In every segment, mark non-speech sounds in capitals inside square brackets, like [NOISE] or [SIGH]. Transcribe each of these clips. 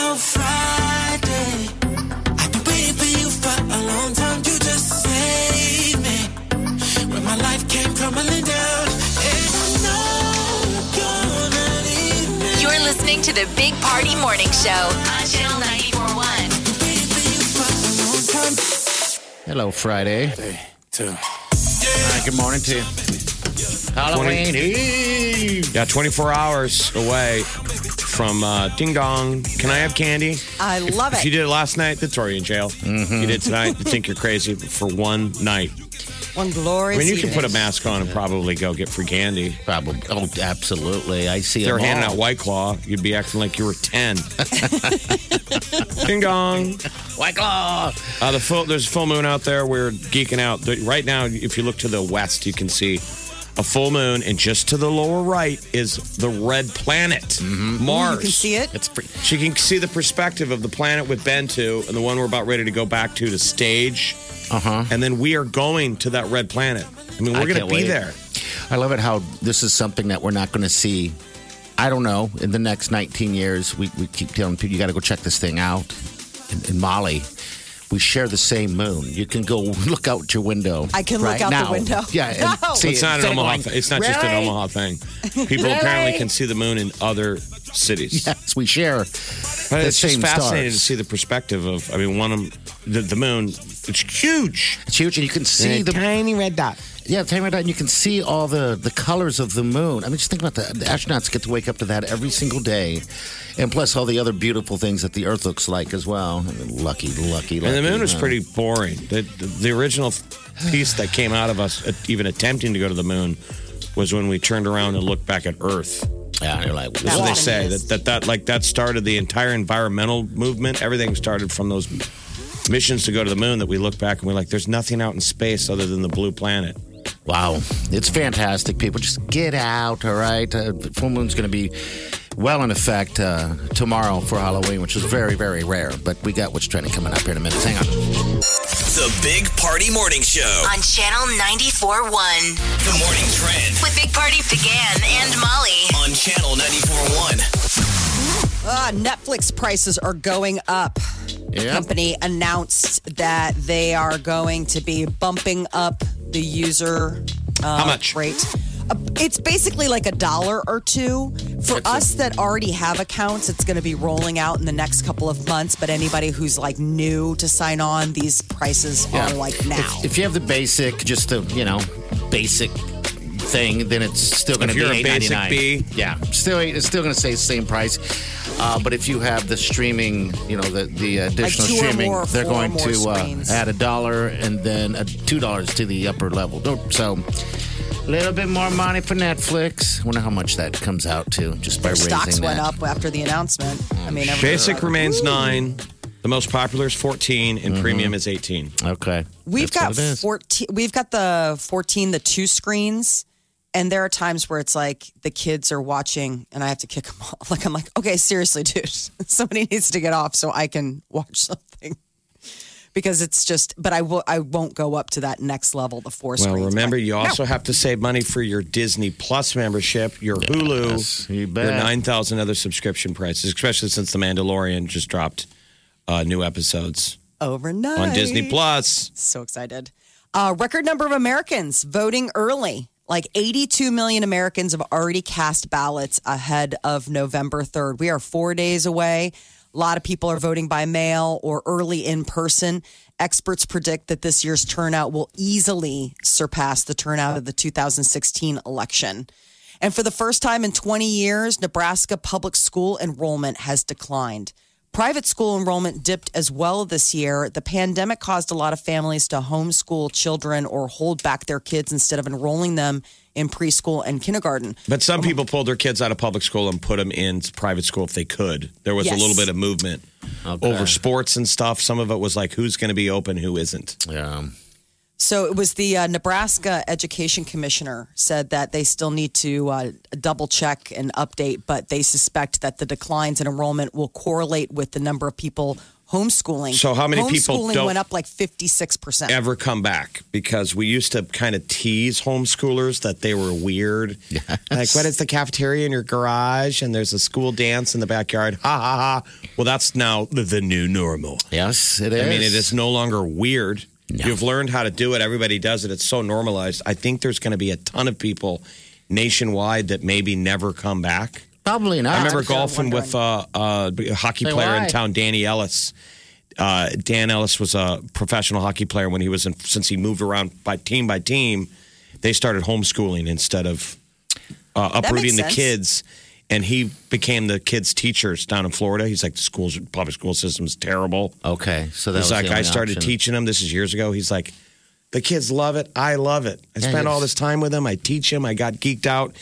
Hello Friday. I've been waiting for you for a long time. You just saved me when my life came crumbling down. And I know you're gonna leave me. You're listening to the Big Party Morning Show on Channel 941. Waiting for you for a long time. Hello, Friday. Two. Hi, good morning to you. Halloween Eve. Yeah, 24 hours away from uh, Ding Dong. Can I have candy? I love If you it. did it last night, that's already in jail. Mm-hmm. You did tonight, you think you're crazy for one night. One glorious. I mean, you can evening. put a mask on and probably go get free candy. Probably. Oh, absolutely. I see If they were them handing all. out White Claw, you'd be acting like you were 10. [LAUGHS] Ding Dong. White Claw. [LAUGHS] Uh, the full, there's a full moon out there. We're geeking out. The- Right now, if you look to the west, you can see a full moon, and just to the lower right is the red planet, Mars. Mm-hmm. You can see it. It's pretty. She can see the perspective of the planet we've been to and the one we're about ready to go back to to stage. Uh Uh-huh. huh. And then we are going to that red planet. I mean, I we're going to can't be wait. there. I love it how this is something that we're not going to see. I don't know. In the next 19 years, we, we keep telling people, you got to go check this thing out. In, in Mali, we share the same moon. You can go [LAUGHS] look out your window. I can right look out the now. window. Yeah. [LAUGHS] No. see It's not an instead of Omaha going, thing. It's not just an "Really?" Omaha thing. People apparently can see the moon in other cities. [LAUGHS] Yes, we share. But the it's just same fascinating stars. to see the perspective of, I mean, one of 'em- the, the moon, it's huge. It's huge, and you can see the tiny red dot. Yeah, time right out, and you can see all the, the colors of the moon. I mean, just think about that. The astronauts get to wake up to that every single day, and plus all the other beautiful things that the Earth looks like as well. I mean, lucky, lucky, lucky. And the moon was huh? pretty boring. The, the, the original piece that came out of us, uh, even attempting to go to the moon, was when we turned around and looked back at Earth. Yeah, and you're like, That's wow. what they Wow. say. That, that that like that started the entire environmental movement. Everything started from those missions to go to the moon. That we look back and we're like, there's nothing out in space other than the blue planet. Wow, it's fantastic, people. Just get out, all right? Uh, the full moon's going to be well in effect uh, tomorrow for Halloween, which is very, very rare. But we got what's trending coming up here in a minute. Hang on. The Big Party Morning Show. On Channel 941 The morning trend with Big Party began and Molly. on Channel 94.1. Ah, Netflix prices are going up. Yeah. Company announced that they are going to be bumping up the user uh, How much? rate. Uh, It's basically like a dollar or two for us that already have accounts. It's going to be rolling out in the next couple of months. But anybody who's like new to sign on, these prices are like now. If you have the basic, just the you know, basic thing, then it's still going to If be you're a eight ninety basic nine. B. Yeah, still it's still going to say same price. Uh, but if you have the streaming, you know, the the additional two or streaming, more, they're four or going more to uh, screens. add a dollar and then uh two dollars to the upper level. Oh, So. A little bit more money for Netflix. Wonder how much that comes out to just by Their raising stocks that. went up after the announcement. I mean, everybody- Basic remains nine. The most popular is 14, and premium is 18. Mm-hmm. Okay, We've That's what it got is. 14 we've got the 14 the two screens and there are times where it's like the kids are watching and I have to kick them [LAUGHS] off. Like I'm like, "Okay, seriously, dude. [LAUGHS] Somebody needs to get off so I can watch [LAUGHS] something." Because it's just but I will I won't go up to that next level, the four Well, screens. remember, you No. also have to save money for your Disney Plus membership, your Hulu, you your bet. 9,000 other subscription prices, especially since The Mandalorian just dropped uh, new episodes overnight. on Disney Plus. So excited. Uh, record number of Americans voting early. Like 82 million Americans have already cast ballots ahead of November 3rd. We are four days away. A lot of people are voting by mail or early in person. Experts predict that this year's turnout will easily surpass the turnout of the 2016 election. And for the first time in 20 years, Nebraska public school enrollment has declined. Private school enrollment dipped as well this year. The pandemic caused a lot of families to homeschool children or hold back their kids instead of enrolling them in preschool and kindergarten. But some people pulled their kids out of public school and put them in private school if they could. There was Yes. a little bit of movement. Okay. over sports and stuff. Some of it was like who's going to be open, who isn't. Yeah. So it was the uh, Nebraska Education Commissioner said that they still need to uh, double check and update, but they suspect that the declines in enrollment will correlate with the number of people homeschooling. So how many people homeschooling don't- went up like fifty six percent? Ever come back because we used to kind of tease homeschoolers that they were weird. Like, what is the cafeteria in your garage? And there's a school dance in the backyard. Ha ha ha. Well, that's now the- the new normal. Yes, it is. I mean, it is no longer weird. You've learned how to do it. Everybody does it. It's so normalized. I think there's going to be a ton of people nationwide that maybe never come back. Probably not. I remember sure golfing with uh, uh, a hockey Say player why. in town, Danny Ellis. Uh, Dan Ellis was a professional hockey player when he was in, since he moved around by team by team. They started homeschooling instead of uh, That uprooting makes the sense. kids. And he became the kids' teachers down in Florida. He's like, the schools, public school system's terrible. Okay, so that was He's like, the only I started option. teaching them. This is years ago. He's like, the kids love it. I love it. I Yeah, spent all it's- this time with them. I teach them. I got geeked out.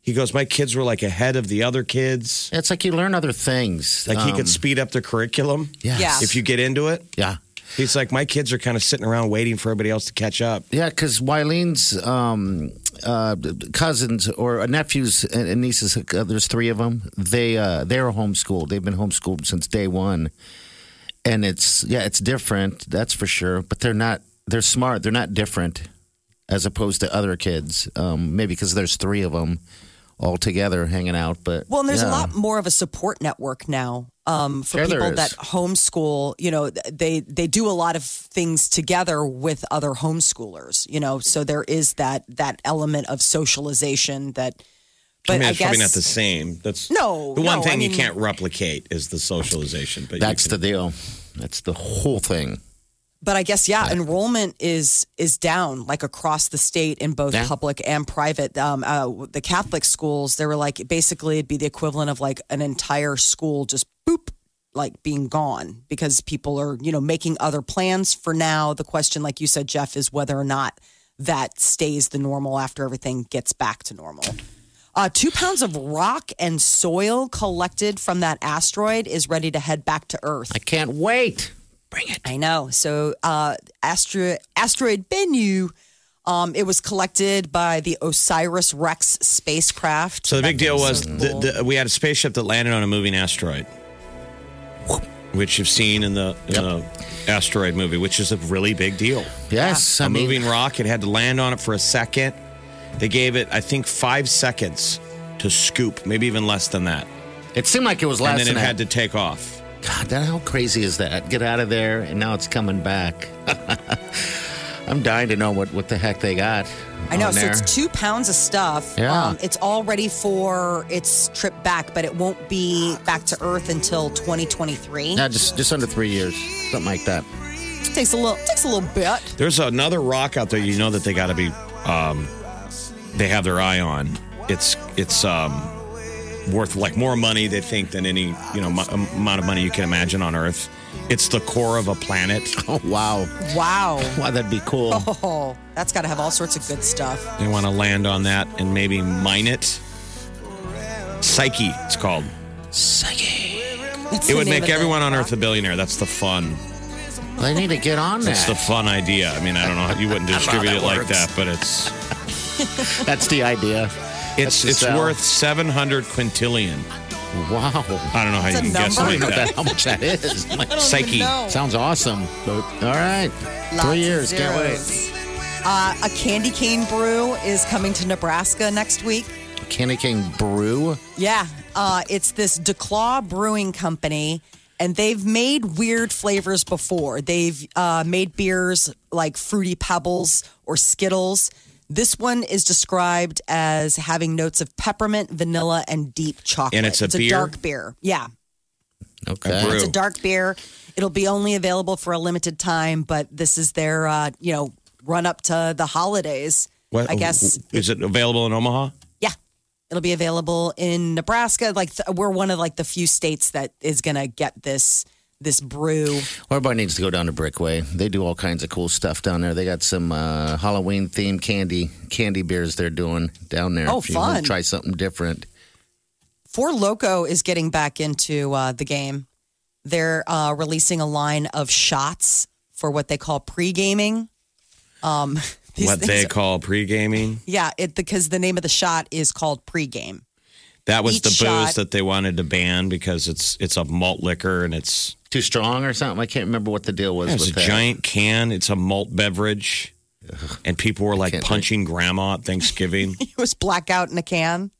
He goes, my kids were like ahead of the other kids. It's like you learn other things. Like he Um, could speed up the curriculum Yes. Yeah. if you get into it. Yeah. He's like, my kids are kind of sitting around waiting for everybody else to catch up. Yeah, because Wylene's um, uh, cousins or uh, nephews and nieces, uh, there's three of them. They uh, they're homeschooled. They've been homeschooled since day one, and it's yeah, it's different. That's for sure. But they're not. They're smart. They're not different as opposed to other kids. Um, maybe because there's three of them all together hanging out. But Well, and there's a yeah. lot more of a support network now um, for Sure there people is. that homeschool. You know, th- they they do a lot of things together with other homeschoolers. You know, so there is that that element of socialization that. But I I, mean, it's guess probably not the same. That's No, The one no, thing I you mean- can't replicate is the socialization. But That's you the can, deal. That's the whole thing. but I guess yeah, enrollment is is down like across the state in both Yeah. public and private. Um, uh, the Catholic schools they were like basically it'd be the equivalent of like an entire school just boop like being gone because people are you know making other plans for now. The question, like you said, Jeff, is whether or not that stays the normal after everything gets back to normal. Uh, two pounds of rock and soil collected from that asteroid is ready to head back to Earth. I can't wait. Bring it. I know. So, uh, astro- asteroid Bennu, um, it was collected by the Osiris Rex spacecraft. So the big deal was so the, the, we had a spaceship that landed on a moving asteroid, which you've seen in the, in the asteroid movie, which is a really big deal. Yes, a I mean, moving rock. It had to land on it for a second. They gave it, I think, five seconds to scoop, maybe even less than that, it seemed like it was and last then it night. had to take off. God, that, how crazy is that? Get out of there, and now it's coming back. [LAUGHS] I'm dying to know what, what the heck they got. I know. on So there. it's two pounds of stuff. Um, Yeah. it's all ready for its trip back, but it won't be back to Earth until 2023. Yeah, just just under three years, something like that. takes a little. Takes a little bit. There's another rock out there. You know that they got to be, um, they have their eye on. It's it's um, worth like more money they think than any you know mu- amount of money you can imagine on Earth. It's the core of a planet. [LAUGHS] Oh wow, Wow. wow, that'd be cool. Oh, [LAUGHS] that's got to have all sorts of good stuff. They want to land on that and maybe mine it. Psyche, it's called. Psyche. That's It the would name make of the- everyone on Earth a billionaire. That's the fun. They need to get on That's that. the fun idea. I mean, I don't know. how You wouldn't I don't know distribute how it like that that, but it's That's the [LAUGHS] idea. it's the it's sell. worth seven hundred quintillion. Wow, I don't know how That's you can a guess number. like Look at that. that, how much that is. My- I don't Psyche. even know. sounds awesome. But, all right, Lots of three years. Can't wait. zeros. Uh, a candy cane brew is coming to Nebraska next week. Candy cane brew. Yeah, uh, it's this DeClaw Brewing Company, and they've made weird flavors before. They've uh, made beers like Fruity Pebbles or Skittles. This one is described as having notes of peppermint, vanilla, and deep chocolate. And it's a beer? dark beer. Yeah, Okay. brew. it's a dark beer. It'll be only available for a limited time, but this is their uh, you know run up to the holidays. I guess is it available in Omaha? yeah, it'll be available in Nebraska. Like th- we're one of like the few states that is gonna get this this brew. Everybody needs to go down to Brickway. They do all kinds of cool stuff down there. They got some uh, Halloween themed candy candy beers they're doing down there. Oh, if you wanna fun. Try something different. Four Loco is getting back into uh, the game. They're uh, releasing a line of shots for what they call pre gaming. Um, [LAUGHS] these what things- they call pre gaming. yeah, it because the name of the shot is called pre game. That was Each the booze shot- that they wanted to ban because it's it's a malt liquor and it's Too strong or something? I can't remember what the deal was it's with a that. giant can. It's a malt beverage, and people were like can't punching grandma at [LAUGHS] Thanksgiving. It was blackout in a can.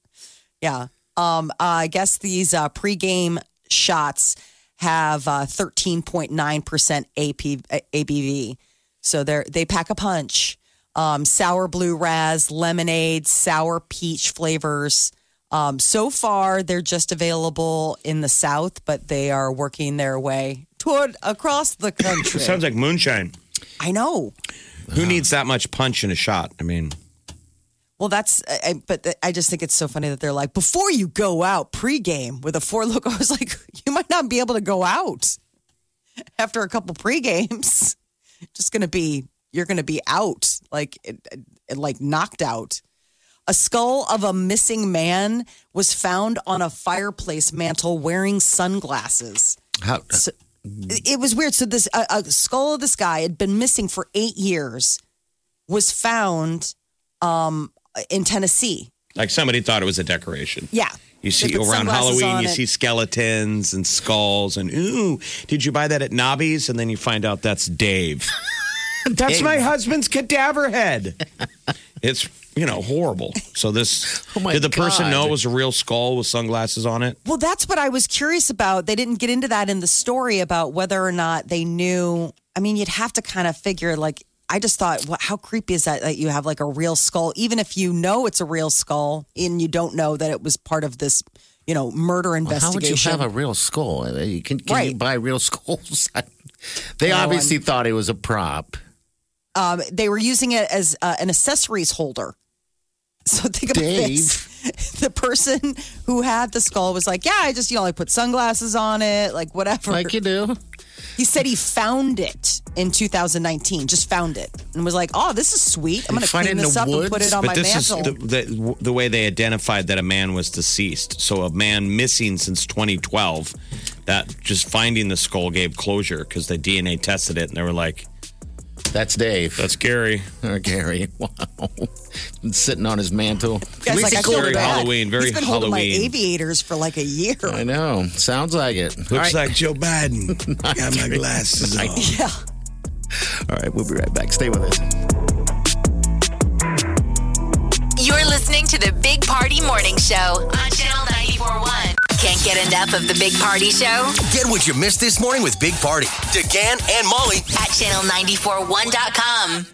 Yeah. Um, uh, I guess these uh, pregame shots have uh, 13.9% AP, uh, ABV. So they're, they pack a punch. Um, sour blue raz, lemonade, sour peach flavors. Um, so far, they're just available in the South, but they are working their way toward across the country. Sounds like moonshine. I know. Who needs that much punch in a shot? I mean, Well, that's, I, I- but I just think it's so funny that they're like, before you go out pregame with a four [LAUGHS] look, I was like, you might not be able to go out after a couple pregames. [LAUGHS] Just going to be, you're going to be out, like, it, it- like knocked out. A skull of a missing man was found on a fireplace mantle wearing sunglasses. How, It it was weird. So this a, a skull of this guy had been missing for eight years, was found um, in Tennessee. like somebody thought it was a decoration. Yeah. You They see put around sunglasses Halloween, on you it. see skeletons and skulls, and ooh, did you buy that at Nobby's? And then you find out that's [LAUGHS] Dave. that's my husband's cadaver head. it's you know horrible. So this Oh my did the person God. know it was a real skull with sunglasses on it? Well, that's what I was curious about. They didn't get into that in the story about whether or not they knew. I mean, you'd have to kind of figure like I just thought, what, how creepy is that that you have like a real skull, even if you know it's a real skull and you don't know that it was part of this, you know, murder how would you investigation. have a real skull? I mean, Can, can you Right. buy real [LAUGHS] skulls? they No, obviously thought it was a prop. um, they were using it as uh, an accessories holder. [LAUGHS] So think about this. [LAUGHS] The person who had the skull was like, "Yeah, I just you know like put sunglasses on it, like whatever." Like you do. He said he found it in 2019, just found it, and was like, "Oh, this is sweet. I'm You going to find clean it in this the up and put woods? it on But my this mantle." is the, the the way they identified that a man was deceased. So a man missing since 2012. That just finding the skull gave closure because the DNA tested it and they were like, That's Dave. "That's Gary." or [LAUGHS] Gary. Wow. Sitting on his mantle. Guys, At least like, he I called feel very it out. bad. Halloween, very He's been holding my Halloween. aviators for like a year. [LAUGHS] I know. Sounds like it. Looks Joe [LAUGHS] Biden. Got my glasses on. Yeah. All right, we'll be right back. Stay with us. You're listening to the Big Party Morning Show on Channel 941. Can't get enough of the Big Party Show Get what you missed this morning with Big Party. DeGan and Molly at channel941.com.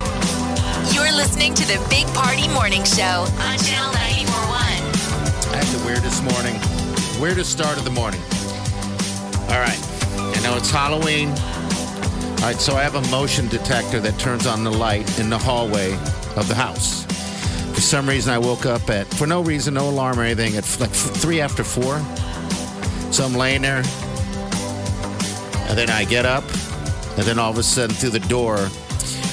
You're listening to the Big Party Morning Show on Channel 941. I had the weirdest morning, weirdest start of the morning. All right, I know it's Halloween. All right, so I have a motion detector that turns on the light in the hallway of the house. For some reason, I woke up at, for no reason, no alarm or anything, at like three after four. So I'm laying there, and then I get up, and then all of a sudden, through the door,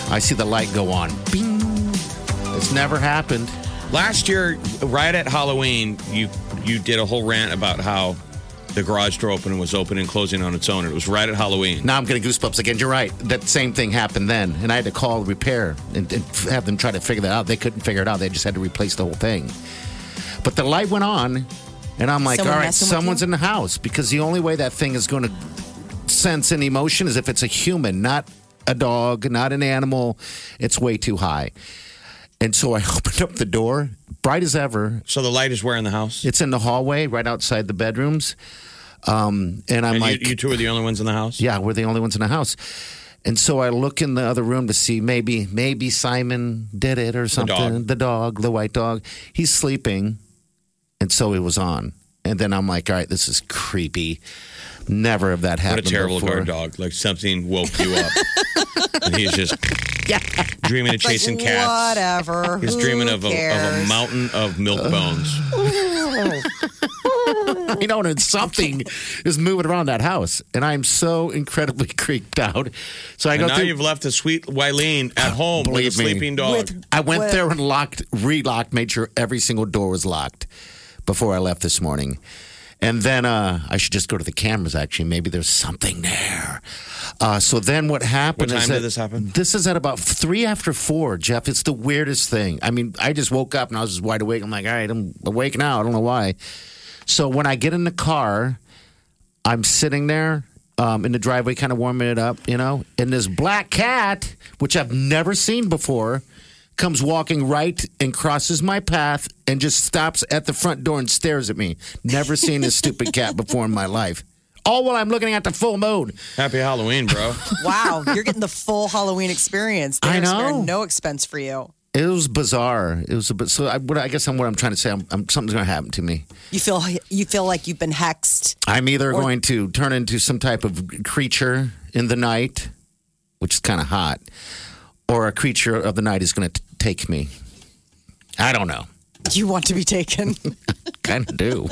I see the light go on. Bing! It's never happened. Last year, right at Halloween, you you did a whole rant about how the garage door opening was open and closing on its own. It was right at Halloween. Now I'm getting goosebumps again. You're right. That same thing happened then, and I had to call repair and, and f- have them try to figure that out. They couldn't figure it out. They just had to replace the whole thing. But the light went on, and I'm like, Someone all right, messing with you?" someone's in the house because the only way that thing is going to sense any motion is if it's a human, not a dog, not an animal. It's way too high. And so I [LAUGHS] opened up the door, bright as ever. So the light is where in the house? It's in the hallway, right outside the bedrooms. Um, and I'm and like, you, you two are the only ones in the house? yeah, we're the only ones in the house. And so I look in the other room to see maybe maybe Simon did it or something. dog. The dog, the white dog. He's sleeping. And so it was on. And then I'm like, all right, this is creepy. Never have that What a happened. terrible before. guard dog. Like something woke you up. and he's just dreaming of chasing like, cats. Whatever. He's Who dreaming of a, of a cares? mountain of milk bones. [LAUGHS] You know, and something is moving around that house. And I'm so incredibly [LAUGHS] creeped out. So I And go now through you've left a sweet Wileen at home with Believe a me. sleeping dog. With- I went Well- there and locked, relocked, made sure every single door was locked before I left this morning. And then uh, I should just go to the cameras. Actually, maybe there's something there. Uh, so then, what happened? What is time did that- this happen? This is at about three after four, Jeff. It's the weirdest thing. I mean, I just woke up and I was just wide awake. I'm like, all right, I'm awake now. I don't know why. So when I get in the car, I'm sitting there um, in the driveway, kind of warming it up, you know, and this black cat, which I've never seen before, comes walking right and crosses my path and just stops at the front door and stares at me. Never seen this stupid [LAUGHS] cat before in my life. All while I'm looking at the full moon. Happy Halloween, bro. Wow, you're getting the full Halloween experience. They're I sparing know. no expense for you. It was bizarre. It was a bit. So I, what, I guess I'm what I'm trying to say. I'm, I'm, something's going to happen to me. You feel you feel like you've been hexed. I'm either going to turn into some type of creature in the night, which is kind of hot, or a creature of the night is going to take me. I don't know. You want to be taken. [LAUGHS] Kind of do.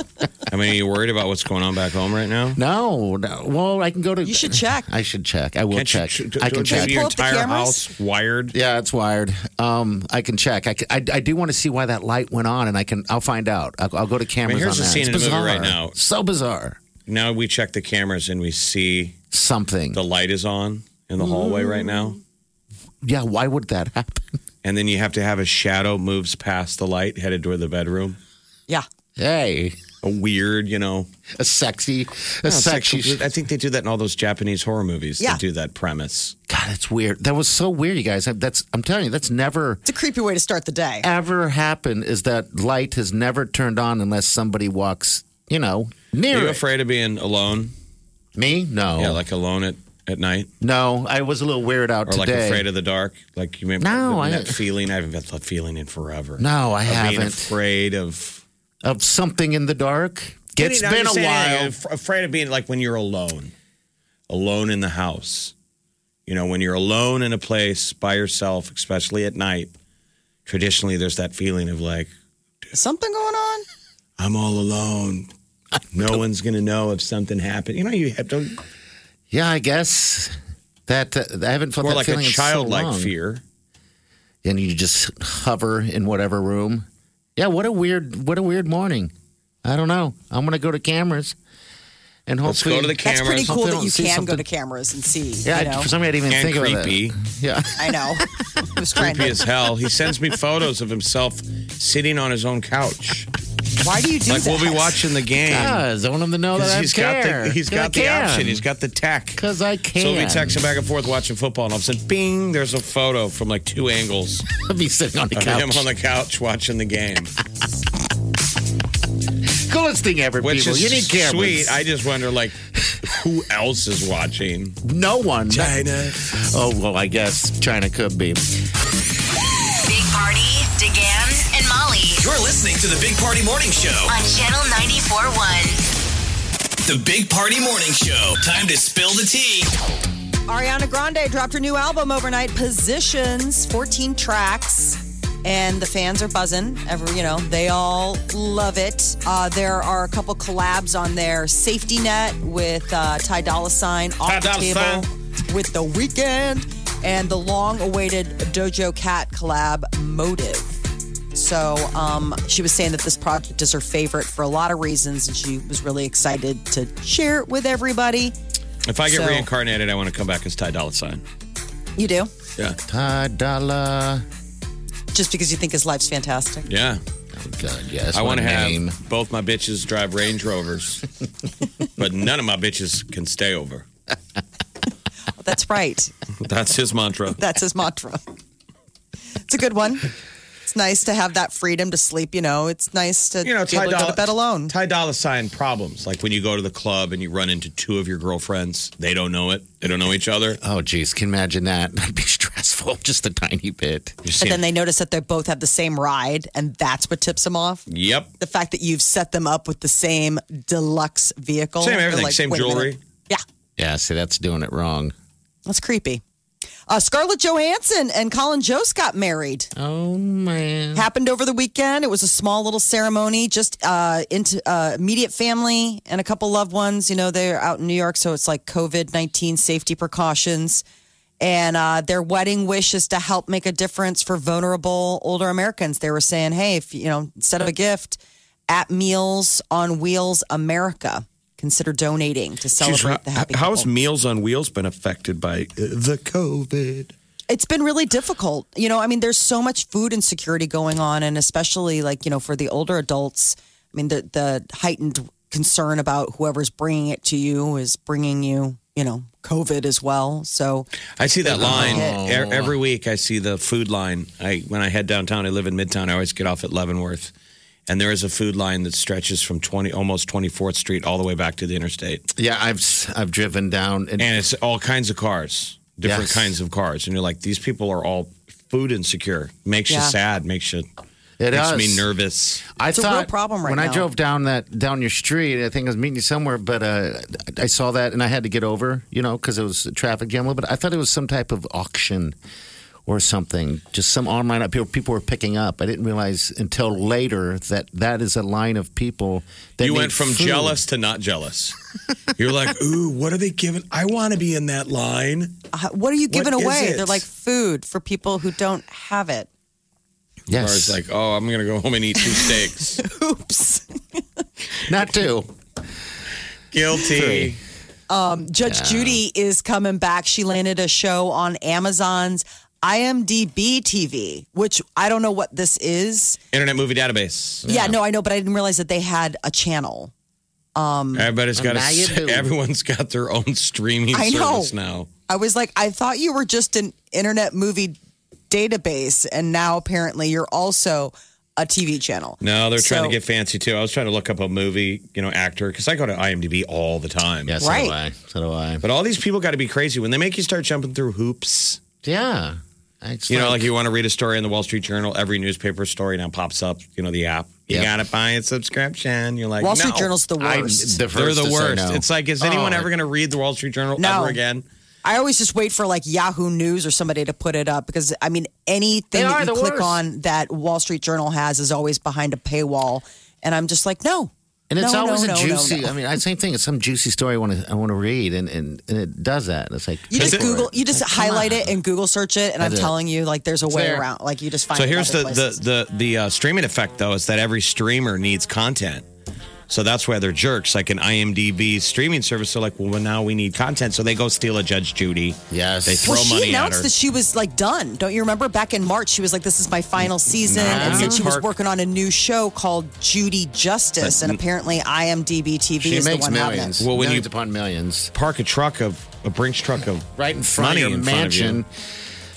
I mean, are you worried about what's going on back home right now? no, no. Well, I can go to. You should check. I should check. I will Can't check. You, I can don't you have check. Your Pull up the entire cameras? house wired. Yeah, it's wired. Um, I can check. I, can- I, I do want to see why that light went on, and I can. I'll find out. I'll, I'll go to cameras. here's on a that. scene It's in a movie right bizarre. now. So bizarre. Now we check the cameras and we see Something. the light is on in the hallway right now. yeah. Why would that happen? And then you have to have a shadow moves past the light headed toward the bedroom. yeah. Hey, A weird, you know, a sexy, a sexy. sexual- I think they do that in all those Japanese horror movies. Yeah. They do that premise. God, it's weird. That was so weird, you guys. That's I'm telling you, that's never It's a creepy way to start the day. ever happened. Is that light has never turned on unless somebody walks, you know, Are near you it. afraid of being alone? me. No, Yeah, like alone at, at night, no, I was a little weird out or like today. afraid of the dark. Like you may No, I- that feeling. I haven't felt that feeling in forever. no, I of being haven't afraid of. of something in the dark. It's I mean, been I'm a just saying, while. like, Afraid of being like when you're alone, alone in the house. You know, when you're alone in a place by yourself, especially at night. Traditionally, there's that feeling of like Something going on? I'm all [LAUGHS] alone. No one's gonna know if something happened. You know, you have to Yeah, I guess that uh, I haven't felt more that like a feeling in so childlike long. fear. and you just hover in whatever room. Yeah, what a weird, what a weird morning. I don't know. I'm gonna go to cameras, and Let's hopefully go to the That's cameras. pretty cool Hopefully that I you don't see can go something. to cameras and see. Yeah, you I- know? for some reason I didn't even and think creepy, of that. [LAUGHS] Yeah, I know. [LAUGHS] I was trying creepy to. as hell. He sends me photos of himself sitting on his own couch. Why do you do Like that? we'll be watching the game. Does. I want him to know that I he's got care. the he's got the option. He's got the tech. because I can. So we texting back and forth watching football, and all of a sudden, bing! There's a photo from like two [LAUGHS] angles I'll be sitting on the of him couch. on the couch watching the game, [LAUGHS] coolest thing ever, which people. is you need cameras. sweet. I just wonder, like, who else is watching? no one. China. Oh well, I guess China could be. Big Party, DeGan, and Molly You're listening to the Big Party Morning Show. on Channel 94.1. The Big Party Morning Show. Time to spill the tea. Ariana Grande dropped her new album overnight, Positions, 14 tracks, and the fans are buzzing. Every, you know, they all love it. Uh, there are a couple collabs on there: Safety Net with uh, Ty Dolla Sign, Off Ty the Dolla Table with The Weeknd, and the long-awaited Dojo Cat collab, Motive. So um, she was saying that this project is her favorite for a lot of reasons, and she was really excited to share it with everybody. If I get So- reincarnated, I want to come back as Ty Dolla Sign. You do? Yeah, Ty Dolla. just because you think his life's fantastic. yeah. Oh God, yes. I want to have name. both my bitches drive Range [LAUGHS] Rovers, but none of my bitches can stay over. That's right. That's his mantra. That's his mantra. It's a good one. It's nice to have that freedom to sleep. You know, it's nice to you know, be Ty able to go Dolla, to bed alone. Ty Dolla Sign problems, like when you go to the club and you run into two of your girlfriends. They don't know it. They don't know each other. Oh geez, can you imagine that? [LAUGHS] That'd be stressful, just a tiny bit. You see And then they notice that they both have the same ride, and that's what tips them off. yep. The fact that you've set them up with the same deluxe vehicle, Same They're everything, same "Wait a jewelry." minute." Yeah, Yeah, see, that's doing it wrong. that's creepy. Uh, Scarlett Johansson and Colin Jost got married. Oh man. happened over the weekend. It was a small little ceremony, just uh, into uh, immediate family and a couple loved ones. You know, they're out in New York, so it's like COVID nineteen safety precautions. And uh, their wedding wish is to help make a difference for vulnerable older Americans. They were saying, hey, if you know, instead of a gift, at Meals on Wheels America. Consider donating to Jeez, celebrate the happy. how has couple. Meals on Wheels been affected by uh, the COVID? it's been really difficult. You know, I mean, there's so much food insecurity going on, and especially like you know for the older adults. I mean, the the heightened concern about whoever's bringing it to you is bringing you, you know, COVID as well. So I see that line Oh. e- every week. I see the food line. I when I head downtown, I live in Midtown. I always get off at Leavenworth, and there is a food line that stretches from twenty almost twenty fourth Street all the way back to the interstate, Yeah, I've I've driven down and, and it's all kinds of cars, different Yes. kinds of cars, and you're like, these people are all food insecure. Makes you Yeah. sad. Makes you it makes does. me nervous. I It's a real thought problem right when now. I drove down that down your street. I think I was meeting you somewhere, but uh, I saw that and I had to get over, you know, because it was a traffic jam a little bit. I thought it was some type of auction or something, just some online up people people were picking up. I didn't realize until later that that is a line of people. That you need went from food. jealous to not jealous. You're [LAUGHS] like, ooh, what are they giving? I want to be in that line. uh, what are you giving What is away? it? They're like food for people who don't have it. Or yes, it's like, oh, I'm gonna go home and [LAUGHS] eat two steaks. Oops. [LAUGHS] not two. Guilty. Um, Judge Judy is coming back. She landed a show on Amazon's IMDb TV, which I don't know what this is. Internet Movie Database. Yeah, no, I know, but I didn't realize that they had a channel. Um, Everybody's got Now you do. a, everyone's got their own streaming I know. service now. I was like, I thought you were just an internet movie database, and now apparently you're also a TV channel. No, they're trying to So- get fancy too. I was trying to look up a movie, you know, actor because I go to IMDb all the time. Yes, Right. so do I. So do I. But all these people got to be crazy when they make you start jumping through hoops. Yeah, It's You know, like you want to read a story in the Wall Street Journal, every newspaper story now pops up. You know, the app. You Yep. got to buy a subscription. You're like, Wall Street no. Journal's the I'm worst. the They're first the to say worst. no. It's like, is anyone Oh, ever going to read the Wall Street Journal No. ever again? I always just wait for like Yahoo News or somebody to put it up because I mean anything They that are the you click worst. on that Wall Street Journal has is always behind a paywall, and I'm just like, no. And it's No, always no, a no, no, juicy. no. I mean, I- same thing. It's some juicy story I want to. I want to read, and, and and it does that. It's like You Is just it- Google, you just highlight it and Google search it, and I'm That's it. telling you, like, there's a way there. around. Like, you just find. So it here's the other places. the the, the uh, streaming effect though is that every streamer needs content. So that's why they're jerks. Like an IMDb streaming service, they're like, well, well, now we need content. So they go steal a Judge Judy. Yes. They Well, throw she money at announced her. that she was like done. Don't you remember back in March? She was like, "This is my final season," and No. said she was Mm-hmm. Park- working on a new show called Judy Justice. And apparently, IMDb TV She is the makes one having it. millions. Well, when you- millions upon millions, Park a truck of a Brinks truck of right in front money of your in front of you. mansion.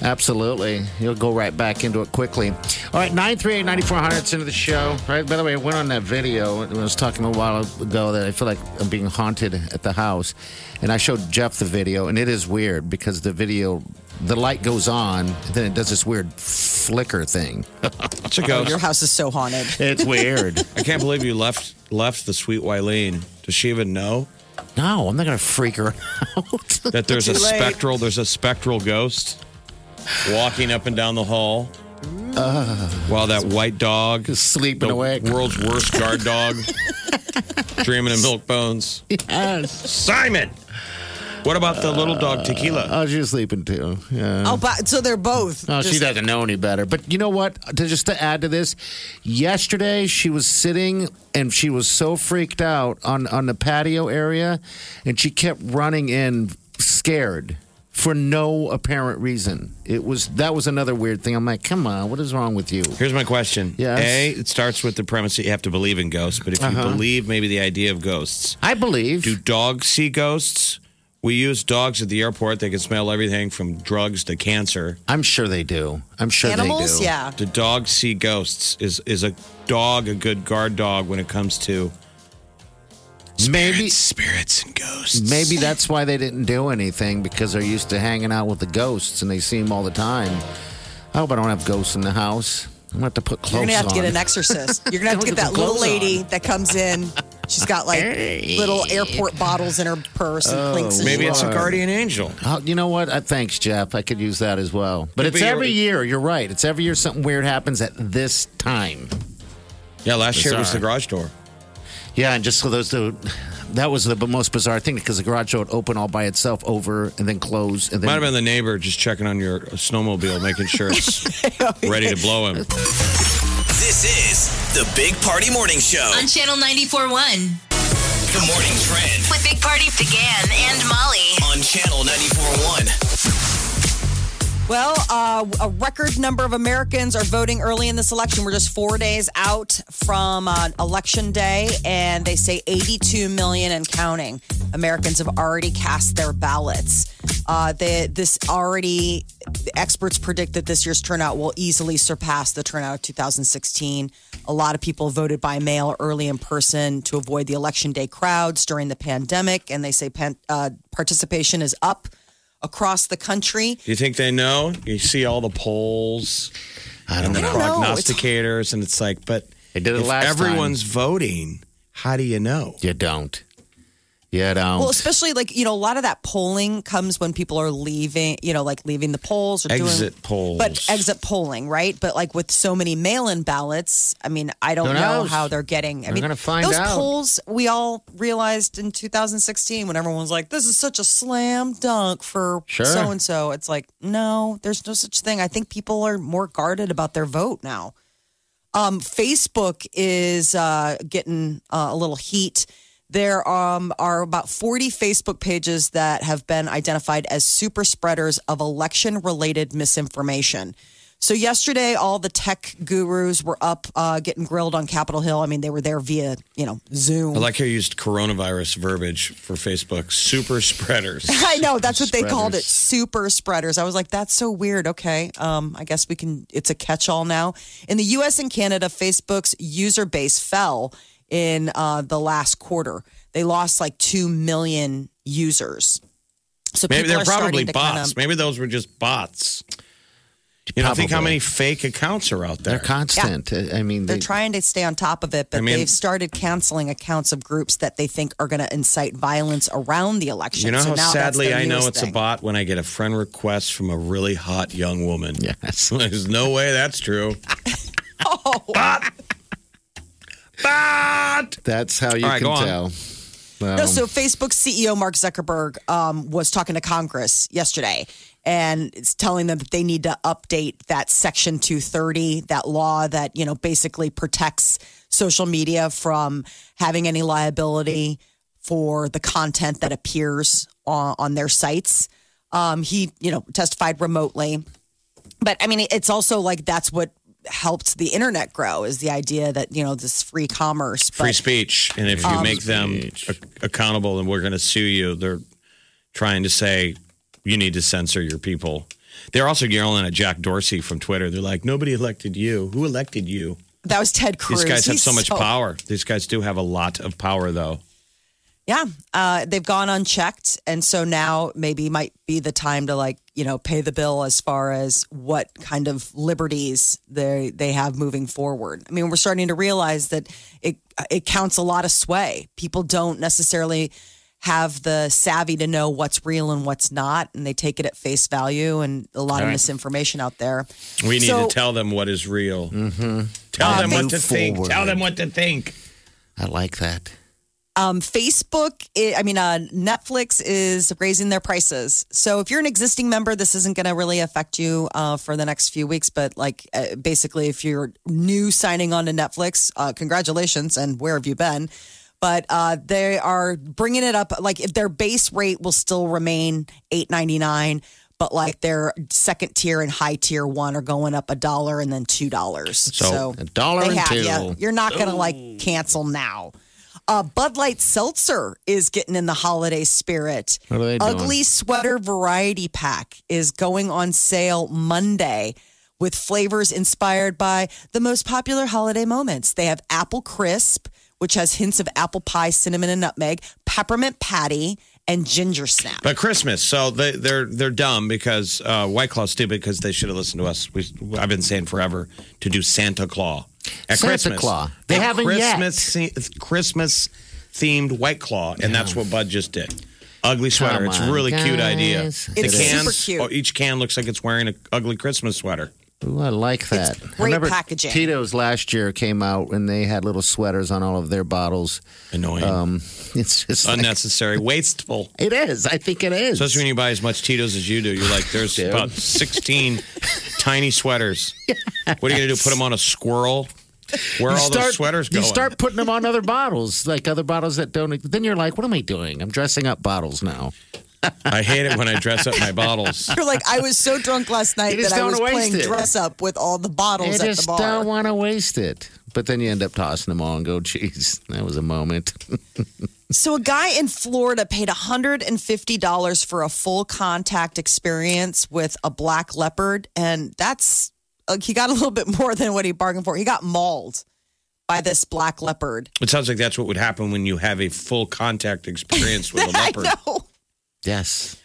Absolutely, you'll go right back into it quickly. All right, nine three eight ninety four hundred. It's into the show. Right. By the way, I went on that video. I was talking a while ago that I feel like I'm being haunted at the house, and I showed Jeff the video, and it is weird because the video, the light goes on, and then it does this weird flicker thing. It's a ghost. [LAUGHS] Your house is so haunted. It's weird. I can't believe you left left the sweet Wileen. Does she even know No, I'm not going to freak her out. [LAUGHS] that there's a Too late. spectral there's a spectral ghost walking up and down the hall? while that white dog Sleeping the away. World's worst guard dog. dreaming of milk bones. Yes. Simon! What about the little dog tequila? Oh, she was sleeping too. Yeah. oh, but so they're both. Oh, she just- doesn't know any better. But you know what? To, just to add to this, yesterday she was sitting and she was so freaked out on, on the patio area and she kept running in scared for no apparent reason. It was that was another weird thing. I'm like, come on, what is wrong with you? Here's my question. Yes. Uh-huh. A, it starts with the premise that you have to believe in ghosts, but if you believe maybe the idea of ghosts, I believe. do dogs see ghosts? We use dogs at the airport. They can smell everything from drugs to cancer. I'm sure they do. I'm sure animals, they do. yeah. Do dogs see ghosts? Is is a dog a good guard dog when it comes to Maybe spirits and ghosts? Maybe that's why they didn't do anything because they're used to hanging out with the ghosts and they see them all the time. I hope I don't have ghosts in the house. I'm gonna have to put clothes You're gonna have on. to get an exorcist. [LAUGHS] You're gonna have to Look at get that the little clothes lady that comes in. She's got like little airport bottles in her purse and clinks. And Oh, Maybe shit. it's a guardian angel. Oh, you know what? Uh, thanks, Jeff. I could use that as well. But Yeah, it's but you're- every year. You're right. It's every year something weird happens at this time. Yeah, last year was the Bizarre. garage door. Yeah, and just so those the that was the most bizarre thing because the garage door would open all by itself over and then close and then Might have been the neighbor just checking on [LAUGHS] your snowmobile, making sure it's ready to blow him. This is The Big Party Morning Show. on Channel 94.1 Good Oh. morning, Trend. with Big Party began and Molly. On Channel 94.1. Well, uh, a record number of Americans are voting early in this election. We're just four days out from uh, election day, and they say 82 million and counting Americans have already cast their ballots. Uh, they, this already, experts predict that this year's turnout will easily surpass the turnout of 2016. A lot of people voted by mail early in person to avoid the election day crowds during the pandemic, and they say pan, uh, participation is up across the country. Do you think they know? You see all the polls I don't and the know. don't know. prognosticators, and it's like, but They did it if last time. everyone's voting, how do you know? You don't. You don't. Well, especially like you know, a lot of that polling comes when people are leaving. You know, like leaving the polls or doing Exit polls. But exit polling, right? But like with so many mail-in ballots, I mean, I don't Who know knows? how they're getting. I We're mean, gonna find those out. polls we all realized in 2016 when everyone was like, "This is such a slam dunk for Sure. so and so." It's like, no, there's no such thing. I think people are more guarded about their vote now. Um, Facebook is uh, getting uh, a little heat. There um, are about 40 Facebook pages that have been identified as super spreaders of election related misinformation. So, yesterday, all the tech gurus were up uh, getting grilled on Capitol Hill. I mean, they were there via, you know, Zoom. I like how you used coronavirus verbiage for Facebook. Super spreaders. [LAUGHS] I know that's what they called it, Spreaders. super spreaders. I was like, that's so weird. Okay, um, I guess we can. It's a catch-all now. In the U.S. and Canada, Facebook's user base fell in uh, the last quarter. They lost like two million users. So Maybe people they're are starting probably to bots. Kinda, Maybe those were just bots. You know, think how Probably. many fake accounts are out there. They're constant. I I mean, they're they- trying to stay on top of it, but I mean- they've started canceling accounts of groups that they think are going to incite violence around the election. you know so how now that's sadly their I know newest it's a thing. bot when I get a friend request from a really hot young woman. Yes. [LAUGHS] There's no way that's true. [LAUGHS] Oh. Bot! Bot! That's how Oh, you All right, go can on. tell. No, Um, so Facebook CEO Mark Zuckerberg um, was talking to Congress yesterday and it's telling them that they need to update that Section 230, that law that you know basically protects social media from having any liability for the content that appears on, on their sites. Um, he, you know, testified remotely but I mean, it's also like that's what helped the internet grow is the idea that you know this free commerce. Free but- speech. And if you make them ac- accountable and we're going to sue you, they're trying to say you need to censor your people. They're also yelling at Jack Dorsey from Twitter. They're like, nobody elected you. Who elected you? That was Ted Cruz. These guys have He's so much power. These guys do have a lot of power, though. Yeah, uh, they've gone unchecked, and so now maybe might be the time to like you know pay the bill as far as what kind of liberties they they have moving forward. I mean, we're starting to realize that it it counts a lot of sway. People don't necessarily have the savvy to know what's real and what's not, and they take it at face value, and a lot All of right. misinformation out there. We need So- to tell them what is real. Mm-hmm. Tell them what move to think. forward. Tell them what to think. I like that. Um, Facebook, i I mean, uh, Netflix is raising their prices. So if you're an existing member, this isn't going to really affect you uh, for the next few weeks. But like, uh, basically, if you're new signing on to Netflix, uh, congratulations and where have you been? But uh, they are bringing it up. Like, if their base rate will still remain eight ninety nine, but like their second tier and high tier one are going up a dollar and then two dollars. So, a dollar they and have two. you. You're not going to like cancel now. Uh, Bud Light Seltzer is getting in the holiday spirit. What are they doing? Ugly Sweater Variety Pack is going on sale Monday with flavors inspired by the most popular holiday moments. They have apple crisp, which has hints of apple pie, cinnamon, and nutmeg, peppermint patty, and ginger snap. [LAUGHS] But Christmas, so they, they're they're dumb because uh, White Claw's stupid because they should have listened to us. We, I've been saying forever to do Santa Claus at Santa Christmas. Claus. They A haven't yet. Christmas yet. Christmas themed White Claw, and that's what Bud just did. Ugly sweater. Come it's on, a really cute idea. guys. the It's cans, super cute. oh, each can looks like it's wearing an ugly Christmas sweater. Ooh, I like that. I great remember packaging. Tito's last year came out and they had little sweaters on all of their bottles. Annoying, Uh, Um, it's just like- [LAUGHS] unnecessary, wasteful. it is. I think it is. Especially when you buy as much Tito's as you do, you're like, [LAUGHS] there's about 16 tiny sweaters. What are you going to do? Put them on a squirrel? Where are all start- those sweaters You going? start putting them on other bottles, like other bottles that don't. Then you're like, what am I doing? I'm dressing up bottles now. I hate it when I dress up my bottles. You're like, I was so drunk last night You just that I don't was waste playing it. dress up with all the I bottles at the just bar. don't want to waste it. But then you end up tossing them all and go, geez, that was a moment. [LAUGHS] So a guy in Florida paid $150 for a full contact experience with a black leopard and that's uh, he got a little bit more than what he bargained for. He got mauled by this black leopard. It sounds like that's what would happen when you have a full contact [LAUGHS] experience with a leopard. [LAUGHS] I know. Um, yes.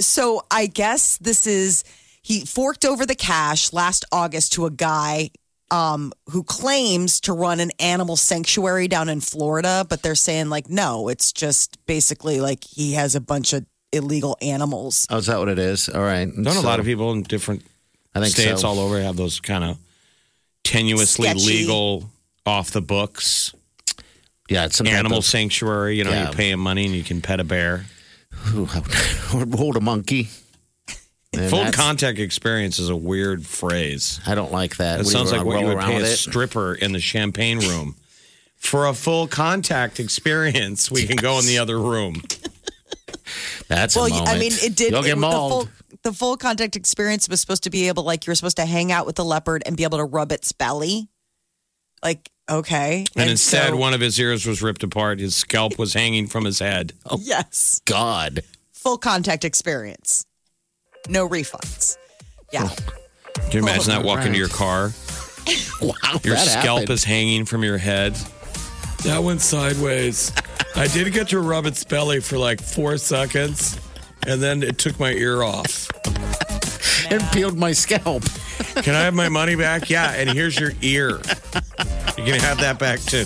So I guess this is he forked over the cash last August to a guy um, who claims to run an animal sanctuary down in Florida, but they're saying like, no, it's just basically like he has a bunch of illegal animals. Oh, is that what it is? All right. Don't a lot of people in different I think states so. all over have those kind of tenuously Sketchy. [LAUGHS] legal, off the books Yeah, it's some type animal of- sanctuary? You know, Yeah. you're paying money and you can pet a bear. Ooh, or hold a monkey. And Full that's- contact experience is a weird phrase. I don't like that. It do sounds like wanna what you roll would around pay a with it? stripper in the champagne room. For a full contact experience, we can go in the other room. [LAUGHS] That's Well, a you- moment. I mean, it did. You'll it- get the, mauled. full, the full contact experience was supposed to be able, like, you were supposed to hang out with the leopard and be able to rub its belly. Like, okay. And, instead, so- one of his ears was ripped apart. His scalp was hanging from his head. [LAUGHS] Yes. God. Full contact experience. No refunds. Yeah. Oh, Can you imagine that walking to your Right. car? [LAUGHS] Wow. Your that scalp happened. is hanging from your head. That went sideways. I did get to rub its belly for like four seconds, and then it took my ear off. [LAUGHS] and peeled my scalp. Can I have my money back? Yeah, and here's your ear. You can have that back too.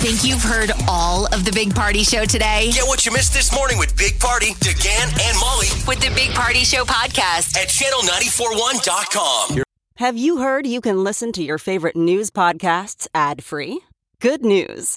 Think you've heard all of the Big Party Show today? Get what you missed this morning with Big Party, DeGan, and Molly With the Big Party Show podcast. at channel941.com. Have you heard you can listen to your favorite news podcasts ad free? Good news!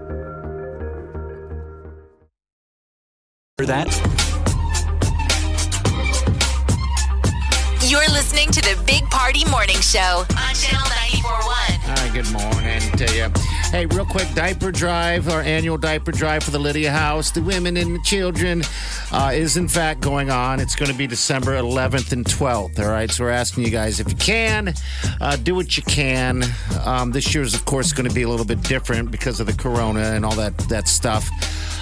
You're listening to the Big Party Morning Show on Channel 941. All right, good morning to you. Hey, real quick, diaper drive, our annual diaper drive for the Lydia House, the women and the children, uh, is in fact going on. It's going to be December 11th and 12th. All right, so we're asking you guys if you can, uh, do what you can. Um, this year's, of course, going to be a little bit different because of the corona and all that that stuff.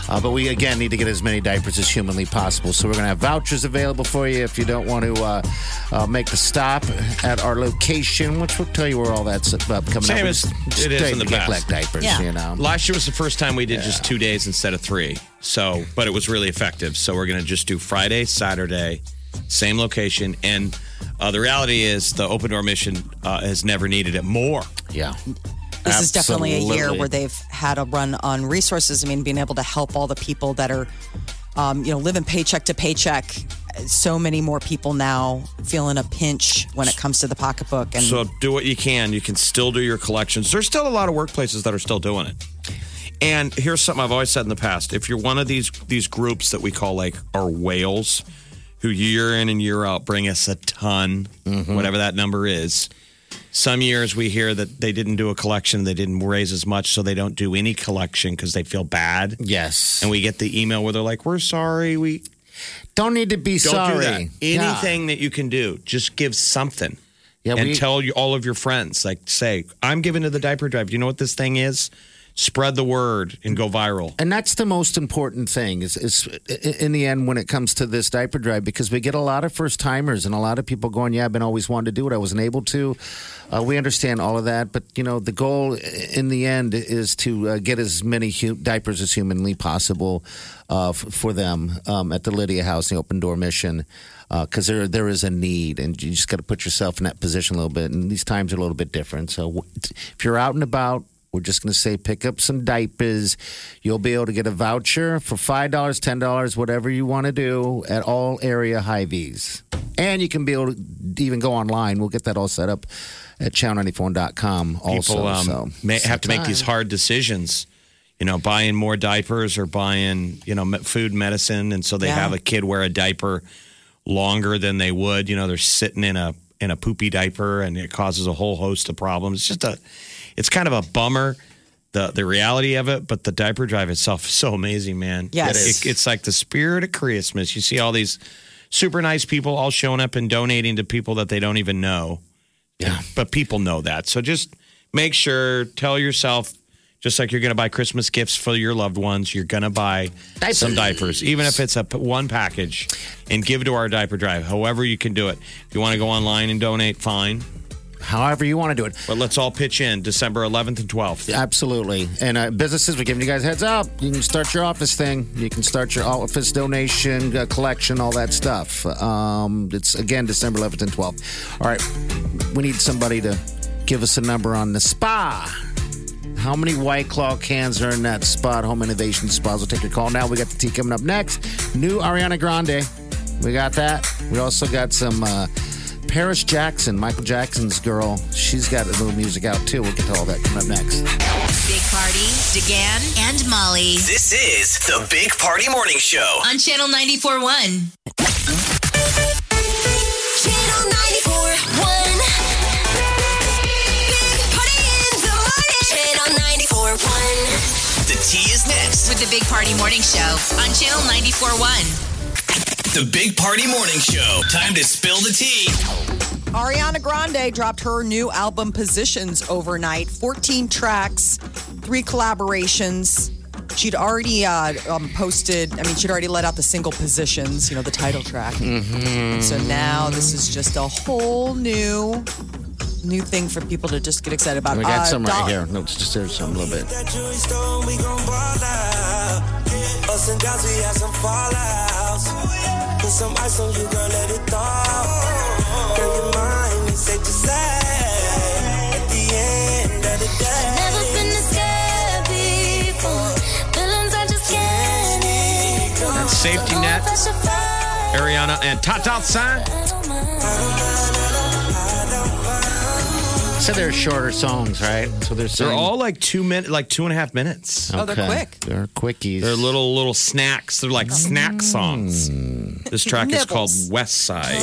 Uh, but we again need to get as many diapers as humanly possible. So we're going to have vouchers available for you if you don't want to uh, uh, make the stop at our location, which we'll tell you where all that's up coming Same up. as it Just is in the to get past. black diapers, Yeah. you know. Last year was the first time we did just two days instead of three. So, but it was really effective. So we're going to just do Friday, Saturday, same location. And uh, the reality is, the open door mission uh, has never needed it more. Yeah. This is definitely a year Absolutely. where they've had a run on resources. I mean, being able to help all the people that are, um, you know, living paycheck to paycheck. So many more people now feeling a pinch when it comes to the pocketbook. And So do what you can. You can still do your collections. There's still a lot of workplaces that are still doing it. And here's something I've always said in the past: if you're one of these these groups that we call like our whales, who year in and year out bring us a ton, whatever that number is. Some years we hear that they didn't do a collection, they didn't raise as much, so they don't do any collection because they feel bad. Yes. And we get the email where they're like, "We're sorry, we don't need to be don't sorry. do that. Yeah. Anything that you can do, just give something." Yeah, and we, tell you, all of your friends, like, say, I'm giving to the diaper drive. Do you know what this thing is? Spread the word and go viral. And that's the most important thing is, is in the end when it comes to this diaper drive because we get a lot of first timers and a lot of people going, yeah, I've been always wanting to do it. I wasn't able to. Uh, we understand all of that, but you know the goal in the end is to uh, get as many hu- diapers as humanly possible uh, f- for them um, at the Lydia House, the Open Door Mission, because there there is a need, and you just got to put yourself in that position a little bit. And these times are a little bit different. So w- if you're out and about. We're just going to say pick up some diapers. You'll be able to get a voucher for $5, $10, whatever you want to do at all area Hy-Vees. And you can be able to even go online. We'll get that all set up at channel94.com also. People um, so, may have to make sometime. these hard decisions. You know, buying more diapers or buying you know me- food, medicine, and so they Yeah. have a kid wear a diaper longer than they would. You know, they're sitting in a in a poopy diaper, and it causes a whole host of problems. It's just a, it's kind of a bummer. The, the reality of it, but the diaper drive itself is so amazing, man. Yes. It- it- it's like the spirit of Christmas. You see all these super nice people all showing up and donating to people that they don't even know. Yeah. But people know that. So just make sure, tell yourself, just like you're going to buy Christmas gifts for your loved ones, you're going to buy some diapers, even if it's a p- one package, and give to our diaper drive, however you can do it. If you want to go online and donate, fine. However you want to do it. But let's all pitch in December 11th and 12th. Absolutely. And uh, businesses, we're giving you guys heads up. You can start your office thing. You can start your office donation, uh, collection, all that stuff. Um, it's, again, December 11th and 12th. All right. We need somebody to give us a number on the spa. How many White Claw cans are in that spot? Home Innovation Spas will take your call now. We got the tea coming up next. New Ariana Grande. We got that. We also got some uh, Paris Jackson, Michael Jackson's girl. She's got a little music out too. We'll get to all that coming up next. Big Party, DeGan, and Molly. This is the Big Party Morning Show. on Channel 94.1. Channel 94.1. Big Party in the morning. Channel 94.1. The tea is next. With the Big Party Morning Show on Channel 94.1. The Big Party Morning Show. Time to spill the tea. Ariana Grande dropped her new album Positions overnight 14 tracks, three collaborations. She'd already uh, um, posted, I mean, she'd already let out the single Positions, you know, the title track. Mm-hmm. So now this is just a whole new. New thing for people to just get excited about. We got Uh, some right Dol- here. No, it's just there's some a little bit. Us and guys, we had some fallouts. Put some ice on you, girl, let it thaw. Girl, your mind is safe to say. At the end of the day. I've never been this scared before. Feelings I just can't ignore. That safety net. Ariana and Tata San. So they're shorter songs, right? So they're They're all like two minutes, like two and a half minutes. Oh, they're Okay. quick. They're quickies. Mm. They're little little snacks. They're like snack songs. This track is called West Side.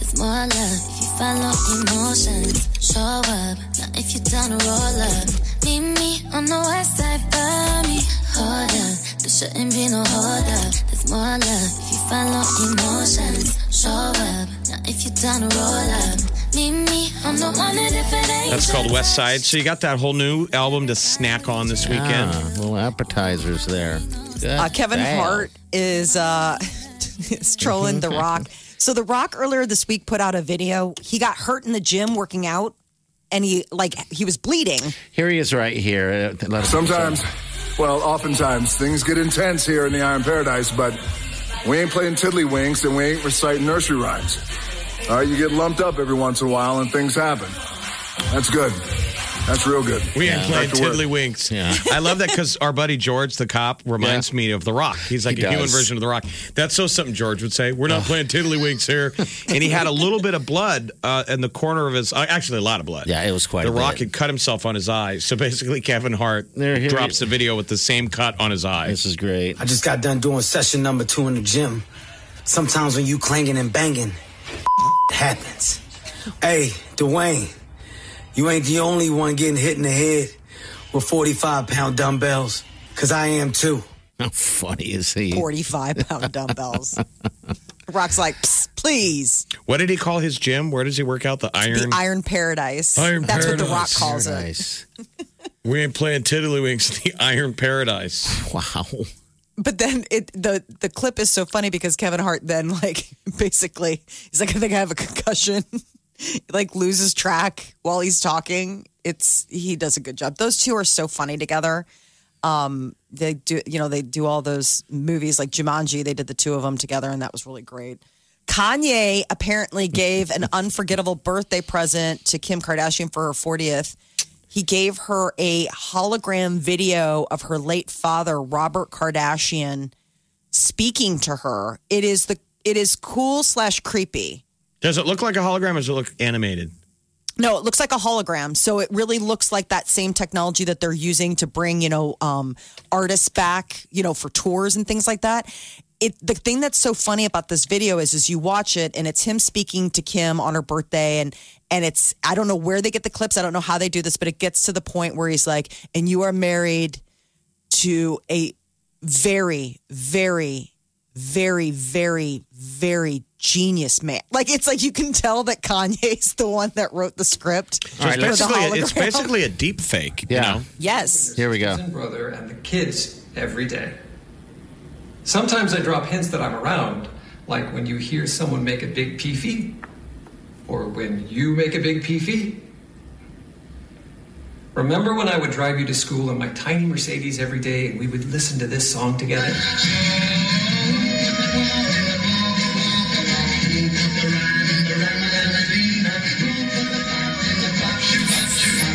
It's more love if you follow emotions. Show up, not if you down a roll up. Meet me on the west side by me. Hold up, there shouldn't be no hold up. There's more love if you follow emotions. Show up, not if you down a roll up. Meet me, I'm the one that if it ain't. That's called West Side. So you got that whole new album to snack on this weekend. Ah, little appetizers there. Uh, Kevin damn. Hart is uh, [LAUGHS] is trolling The Rock. So The Rock earlier this week put out a video. He got hurt in the gym working out, and he like he was bleeding. Here he is right here. Uh, let us- Sometimes, well, oftentimes, things get intense here in the Iron Paradise, but we ain't playing tiddlywinks and we ain't reciting nursery rhymes. All right, you get lumped up every once in a while and things happen. That's good. That's real good. We ain't Back playing to work. tiddlywinks. I love that because our buddy George, the cop, reminds me of The Rock. He's like He a human does. version of The Rock. That's so something George would say. We're not playing tiddlywinks here. And he had a little bit of blood uh, in the corner of his, uh, actually a lot of blood. Yeah, it was quite a The Rock bit. had cut himself on his eye. So basically, Kevin Hart There, here drops a video with the same cut on his eye. This is great. I just got done doing session number two in the gym. Sometimes when you clanging and banging, happens. Hey, Dwayne, you ain't the only one getting hit in the head with 45 pound dumbbells, because I am too. [LAUGHS] How funny is he? 45 pound dumbbells. The Rock's like, Psst, please, What did he call his gym? Where does he work out? The Iron. the Iron Paradise. Iron That's what The Rock Paradise. calls it. We ain't playing Tiddlywinks [LAUGHS] in the Iron Paradise. Wow. But then it the the clip is so funny because Kevin Hart then like [LAUGHS] basically he's like I think I have a concussion. [LAUGHS] He, like loses track while he's talking. It's he does a good job. Those two are so funny together. Um they do you know they do all those movies like Jumanji, they did the two of them together and that was really great. Kanye apparently gave an unforgettable birthday present to Kim Kardashian for her 40th. He gave her a hologram video of her late father, Robert Kardashian, speaking to her. It is the it is cool slash creepy. Does it look like a hologram or does it look animated? No, it looks like a hologram. So it really looks like that same technology that they're using to bring, you know, um, artists back, you know, for tours and things like that. It the thing that's so funny about this video is is you watch it and it's him speaking to Kim on her birthday and and it's I don't know where they get the clips, I don't know how they do this, but it gets to the point where he's like, and you are married to a very, very, very, very, very genius man. Like it's like you can tell that Kanye's the one that wrote the script. So it's, for the basically a, it's hologram. basically a deep fake. Yeah. You know? yes. Here we go. cousin brother and the kids every day. Sometimes I drop hints that I'm around, like when you hear someone make a big peefee, or when you make a big peefee. Remember when I would drive you to school in my tiny Mercedes every day and we would listen to this song together?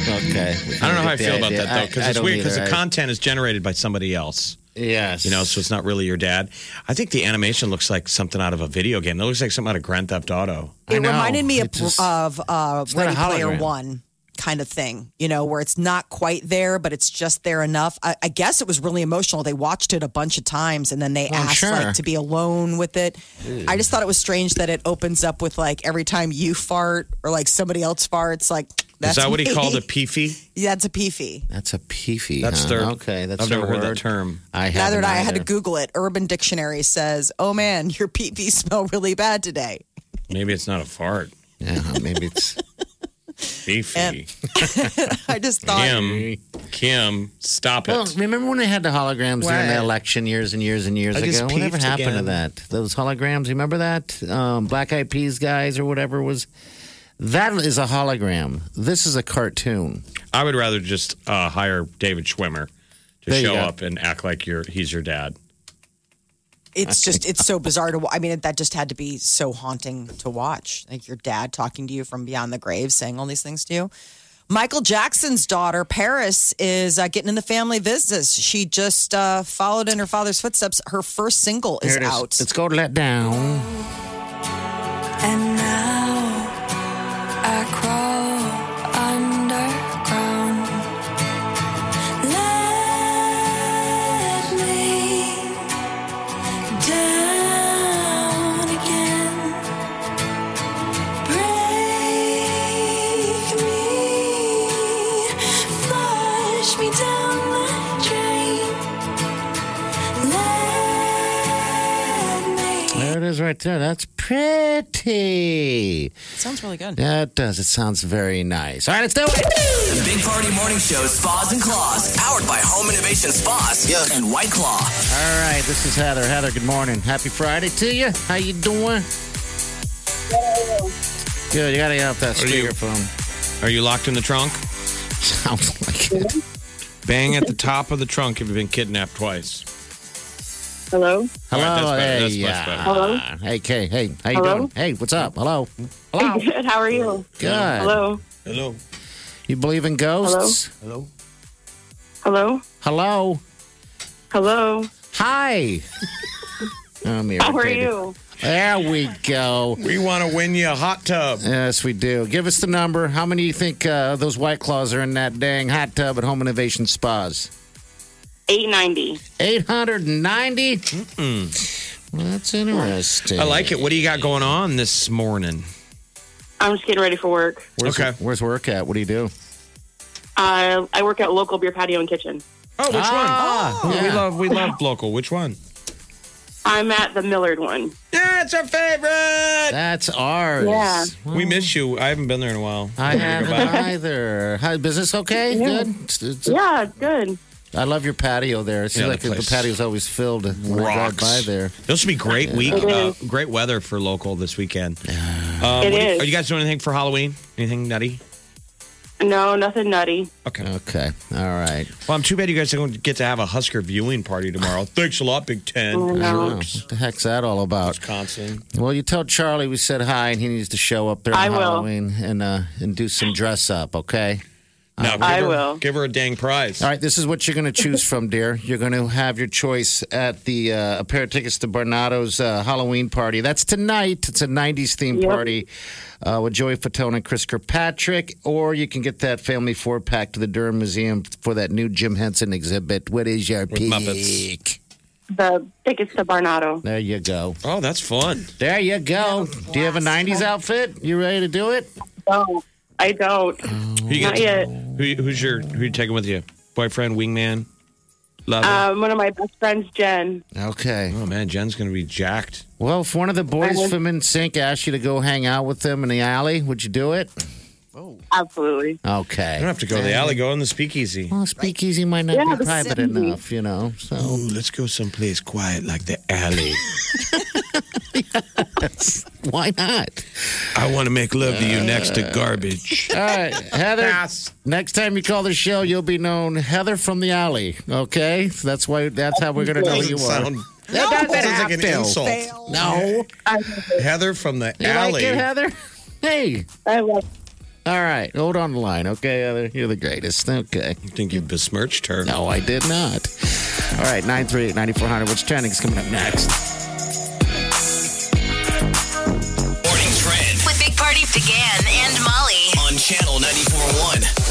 Okay. I don't know how I feel about Yeah, that though, because I- I it's don't weird because either. the I- content is generated by somebody else. Yes. You know, so it's not really your dad. I think the animation looks like something out of a video game. It looks like something out of Grand Theft Auto. It reminded me of, of uh, not Ready a Player hologram. One kind of thing, you know, where it's not quite there, but it's just there enough. I, I guess it was really emotional. They watched it a bunch of times and then they Oh, I'm asked sure. like to be alone with it. Ew. I just thought it was strange that it opens up with like every time you fart or like somebody else farts, like that's Is that what he me. [LAUGHS] called a peefy? Yeah, it's a peefee. That's a peefy. That's huh? their- Okay. That's I've never their heard that word. term. I have. Neither did I. I had to Google it. Urban Dictionary says, "Oh man, your pee pee [LAUGHS] smell really bad today." [LAUGHS] Maybe it's not a fart. Yeah, maybe [LAUGHS] it's beefy. I just thought Kim, Kim, stop it. Well, remember when they had the holograms during the What? election years and years and years I just ago? Whatever peeped happened to again. that? Those holograms. Remember that? Um, Black Eyed Peas guys or whatever was. That is a hologram. This is a cartoon. I would rather just uh, hire David Schwimmer to There you show go. up and act like you're he's your dad. [LAUGHS] it's just it's so bizarre to. wa- I mean, that just had to be so haunting to watch. Like your dad talking to you from beyond the grave, saying all these things to you. Michael Jackson's daughter Paris is uh, getting in the family business. She just uh, followed in her father's footsteps. Her first single is, Here it out. It's called Let Down. And now I crawl underground. Let me down again. Break me, flush me down the drain. Let me. There it is right there. That's pretty. Sounds really good. Yeah, it does. It sounds very nice. All right, let's do it. The Big Party Morning Show Spas and Claws, powered by Home Innovation Spas and White Claw. All right, this is Heather. Heather, good morning. Happy Friday to you. How you doing? Good. You gotta get off that Are you- speakerphone. Are you locked in the [LAUGHS] trunk? Sounds like it. Bang at the top of the trunk if you've been kidnapped twice. Hello? All Hello. right, that's better. hey, That's much yeah. better. Hello? Hey, Kay. Hey, how you Hello? doing? Hey, what's up? [LAUGHS] Hello. Hello. Good. How are you? Good. Hello. Hello. You believe in ghosts? Hello. Hello. Hello. Hello. [LAUGHS] Hi. I'm How are irritated. you? There we go. We want to win you a hot tub. Yes, we do. Give us the number. How many you think uh, those white claws are in that dang hot tub at Home Innovation Spas? 890. 890? Mm-mm. Well, that's interesting. I like it. What do you got going on this morning? I'm just getting ready for work. Where's, okay. Where's work at? What do you do? Uh, I work at local beer patio and kitchen. Oh, which Ah, one? yeah. We love we love local. Which one? I'm at the Millard one. That's our favorite. That's ours. Yeah. we miss you. I haven't been there in a while. I Gotta go haven't back. either. Hi, business okay? Yeah. Good. It's- it's- Yeah, it's good. I love your patio there. It seems Yeah, like the the, place patio's always filled when I drive Rocks. by there. This will be great Yeah. week. It Uh, is. great weather for local this weekend. Um, It what do you- is. Are you guys doing anything for Halloween? Anything nutty? No, nothing nutty. Okay. Okay. All right. Well, I'm too bad you guys don't get to have a Husker viewing party [LAUGHS] tomorrow. Thanks a lot, Big Ten. I know. Jerks. What the heck's that all about? Wisconsin. Well, you tell Charlie we said hi, and he needs to show up there on I will. Halloween and uh, and do some dress up. Okay. No, give I her, will. Give her a dang prize. All right, this is what you're going to choose from, dear. You're going to have your choice at the uh, a pair of tickets to Barnado's uh, Halloween party. That's tonight. It's a '90s themed Yep. party uh, with Joey Fatone and Chris Kirkpatrick, or you can get that family four pack to the Durham Museum for that new Jim Henson exhibit. What is your pick? Muppets. The tickets to Barnado. There you go. Oh, that's fun. There you go. Do you have a '90s outfit? You ready to do it? No, I don't. Who you Not got- yet. Who, who's your who you taking with you? Boyfriend, wingman, lover. Um, one of my best friends, Jen. Uh, Okay. Oh man, Jen's gonna be jacked. Well, if one of the boys I- from NSYNC asked you to go hang out with them in the alley, would you do it? Absolutely. Okay. You don't have to go to the alley. Go in the speakeasy. Well, speakeasy might not Yeah, be the private city. enough, [LAUGHS] you know. So Ooh, let's go someplace quiet like the alley. why not? I want to make love to you next to garbage. All right, Heather. Next time you call the show, you'll be known Heather from the alley. Okay, so that's why. That's how we're gonna know who you are. that doesn't sounds like have an to. insult. No, Heather from the you alley. like it, Heather? Hey. I love. All right, hold on the line, okay, Heather. You're the greatest. Okay. I think you besmirched her. No, I did not. All right, 938-9400, which trending's coming up next. With Big Party began and Molly. On Channel 94.1.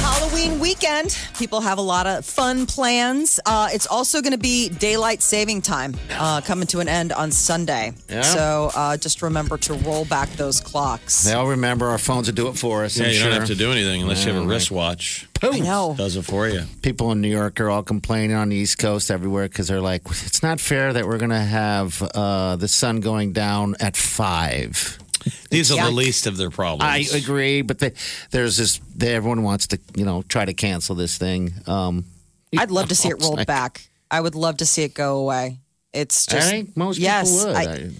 Halloween weekend. People have a lot of fun plans. Uh, it's also going to be daylight saving time uh, coming to an end on Sunday. Yeah. So uh, just remember to roll back those clocks. They all remember our phones will do it for us. Yeah, I'm you sure. don't have to do anything unless you have a No, wristwatch. I know. Does it for you. people in New York are all complaining on the East Coast everywhere because they're like, it's not fair that we're going to have uh, the sun going down at five. These are Yeah. the least of I their problems. agree, but the, there's this. They, everyone wants to, you know, try to cancel this thing. Um, I'd love to see it rolled back. I would love to see it go away. It's just I think most yes, people would. I- I-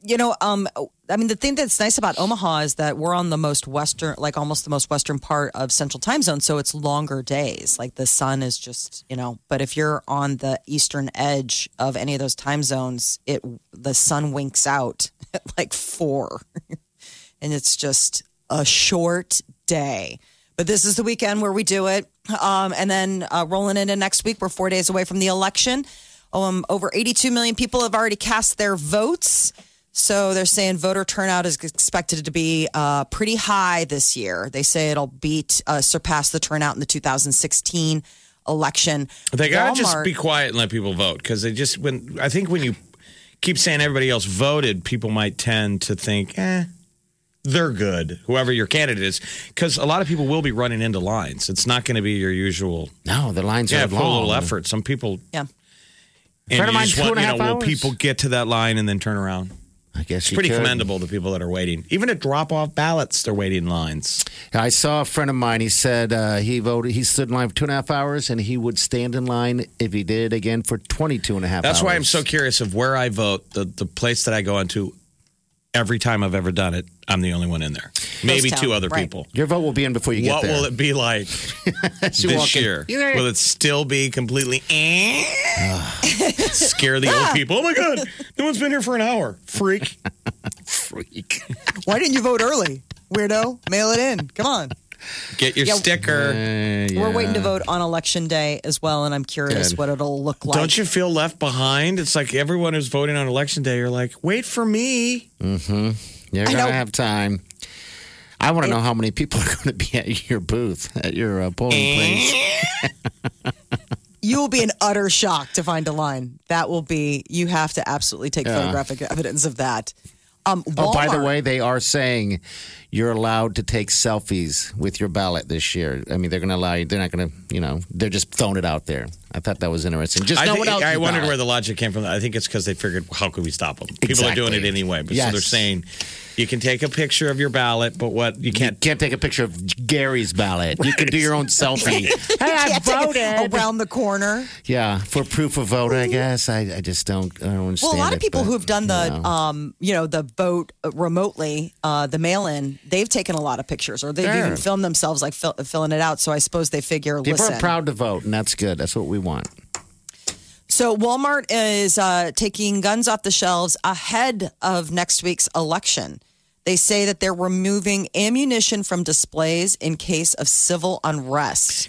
you know, um, I mean, the thing that's nice about Omaha is that we're on the most western, like almost the most western part of Central Time Zone, so it's longer days. Like the sun is just, you know. But if you're on the eastern edge of any of those time zones, it the sun winks out [LAUGHS] at like four, and it's just a short day. But this is the weekend where we do it, um, and then uh, rolling into next week, we're four days away from the election. Um, over 82 million people have already cast their votes. So they're saying voter turnout is expected to be uh, pretty high this year. They say it'll beat, uh, surpass the turnout in the 2016 election. They gotta just Walmart- be quiet and let people vote because they just when I think when you keep saying everybody else voted, people might tend to think, eh, they're good. Whoever your candidate is, because a lot of people will be running into lines. It's not going to be your usual. no, the lines Yeah, are put long. a little effort. Some people. Yeah. And Friend of you mine, just two and want, a you know, half will hours. people get to that line and then turn around? I guess It's you pretty could. commendable to people that are waiting. Even at drop off ballots, they're waiting lines. I saw a friend of mine. He said uh, he voted. He stood in line for two and a half hours, and he would stand in line if he did it again for 22 and a half That's hours. why I'm so curious of where I vote, the, the place that I go into. Every time I've ever done it, I'm the only one in there. Maybe town, two other right. people. Your vote will be in before you What get there. will it be like [LAUGHS] As you this walk in. year? You're- Will it still be completely [LAUGHS] eh? scare the Ah. old people? Oh my god, no one's been here for an hour. Freak. freak. Why didn't you vote early? Weirdo, mail it in. Come on. Get your Yeah. sticker. Uh, We're waiting to vote on election day as well, and I'm curious Good. what it'll look like. Don't you feel left behind? It's like everyone who's voting on election day, you're like, wait for me. Mm-hmm. You're I going to know. have time. I want to know how many people are going to be at your booth, at your uh, polling Eh. place. You will be in utter shock to find a line. That will be, you have to absolutely take Yeah. photographic evidence of that. Um, Oh, by the [LAUGHS] Walmart- way, they are saying you're allowed to take selfies with your ballot this year. I mean, they're going to allow you. They're not going to, you know, they're just throwing it out there. I thought that was interesting. Just I, know thi- what else I you wondered ballot. where the logic came from. I think it's because they figured, how could we stop them? People are doing it Exactly. anyway. But so Yes. they're saying you can take a picture of your ballot, but what you can't can't take a picture of Gary's ballot. You can do your own selfie. I voted around the corner. Yeah, for proof of vote, I guess. I, I just don't. I don't understand. Well, a lot of it, people but, who have done the, you know. um, you know, the vote remotely, uh, the mail-in, they've taken a lot of pictures, or they've Sure. even filmed themselves like fill, filling it out. So I suppose they figure, people listen. are proud to vote, and that's good. That's what we want. so Walmart is uh, taking guns off the shelves ahead of next week's election. They say that they're removing ammunition from displays in case of civil unrest.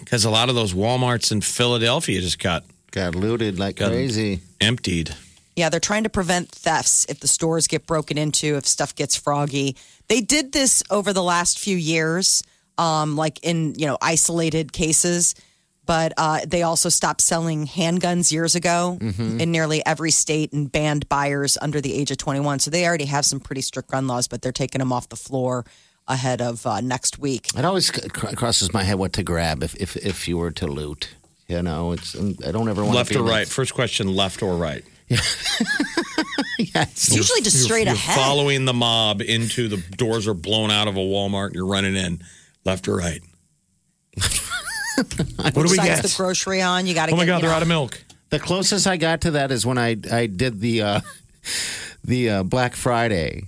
[LAUGHS] Because a lot of those WalMarts in Philadelphia just got got looted like crazy, emptied. Yeah, they're trying to prevent thefts if the stores get broken into, if stuff gets froggy. They did this over the last few years, um, like in you know isolated cases. But uh, they also stopped selling handguns years ago Mm-hmm. Mhm. in nearly every state and banned buyers under the age of 21. So they already have some pretty strict gun laws, but they're taking them off the floor ahead of uh, next week. It always [LAUGHS] c- cr- crosses my head what to grab if, if if you were to loot. You know, it's I don't ever want Left to be in or that- [LAUGHS] right? First question: Left or right? It's usually just straight you're ahead. Following the mob into the doors are blown out of a Walmart, and you're running in, left or right. what do we Besides get? the grocery on, you got to. Oh my God, they're out of milk. The closest I got to that is when I I did the uh, [LAUGHS] the uh, Black Friday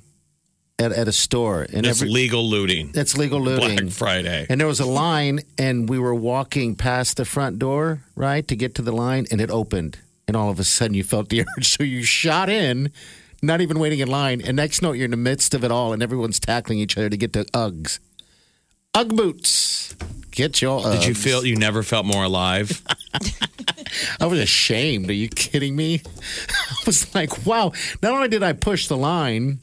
at, at a store, and it's every, legal looting. It's legal looting. Black Friday. and there was a line, and we were walking past the front door, right, to get to the line, and it opened, and all of a sudden you felt the [LAUGHS] urge, so you shot in. Not even waiting in line, and next note you're in the midst of it all, and everyone's tackling each other to get to Uggs, Ugg boots. Get your. Uggs. Did you feel you never felt more alive? [LAUGHS] I was ashamed. Are you kidding me? [LAUGHS] I was like, wow. Not only did I push the line,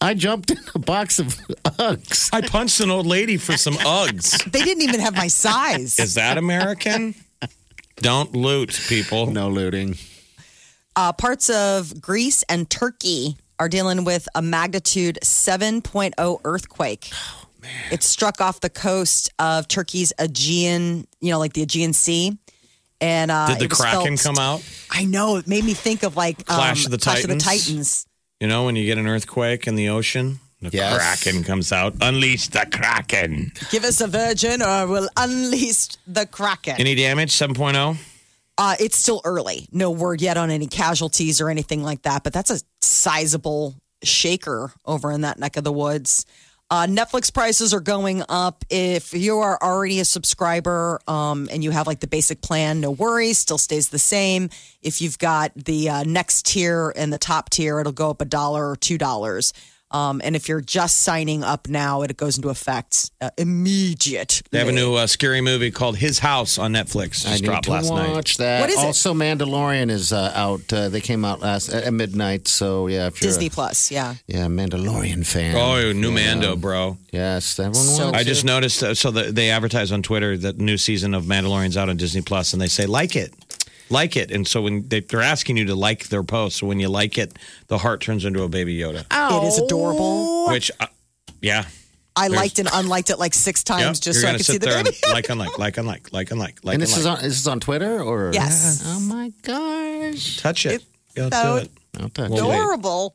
I jumped in a box of Uggs. I punched an old lady for some Uggs. [LAUGHS] They didn't even have [LAUGHS] my size. Is that American? [LAUGHS] Don't loot, people. No looting. Uh, parts of Greece and Turkey are dealing with a magnitude 7.0 earthquake. It struck off the coast of Turkey's Aegean, you know, like the Aegean Sea. And uh, Did the it was Kraken felt- come out? I know. It made me think of like um, Clash of the Clash of the Titans? Titans. You know, when you get an earthquake in the ocean, the Yes. Kraken comes out. Unleash the Kraken. Give us a virgin or we'll unleash the Kraken. Any damage? oh? 7.0? Uh, it's still early. No word yet on any casualties or anything like that, but that's a sizable shaker over in that neck of the woods. Uh, Netflix prices are going up. If you are already a subscriber um, and you have like the basic plan, no worries, still stays the same. If you've got the uh, next tier and the top tier, it'll go up a dollar or two dollars. Um, and if you're just signing up now, it goes into effect uh, immediate. They have a new uh, scary movie called His House on Netflix. Just I need dropped to last night. watch that. What is it? also, Mandalorian is uh, out. Uh, they came out last at, at midnight. So yeah, if you're Disney a, Plus, yeah. yeah Mandalorian fan. Oh, new Yeah. Mando, bro. Yes, that one. So I just noticed. Uh, so the, they advertise on Twitter that new season of Mandalorian's out on Disney Plus, and they say like it, like it. And so when they, they're asking you to like their post, so when you like it, the heart turns into a baby Yoda, It is adorable. Oh. which, uh, yeah, I There's- liked and unliked it like six times Yep, just you're so I gonna could sit see the there baby. And like, unlike, like, unlike, like, unlike, like, and this is unlike. on this is on Twitter or Yes. Oh my gosh. touch it. Yeah, so do it. I'll touch it. Adorable.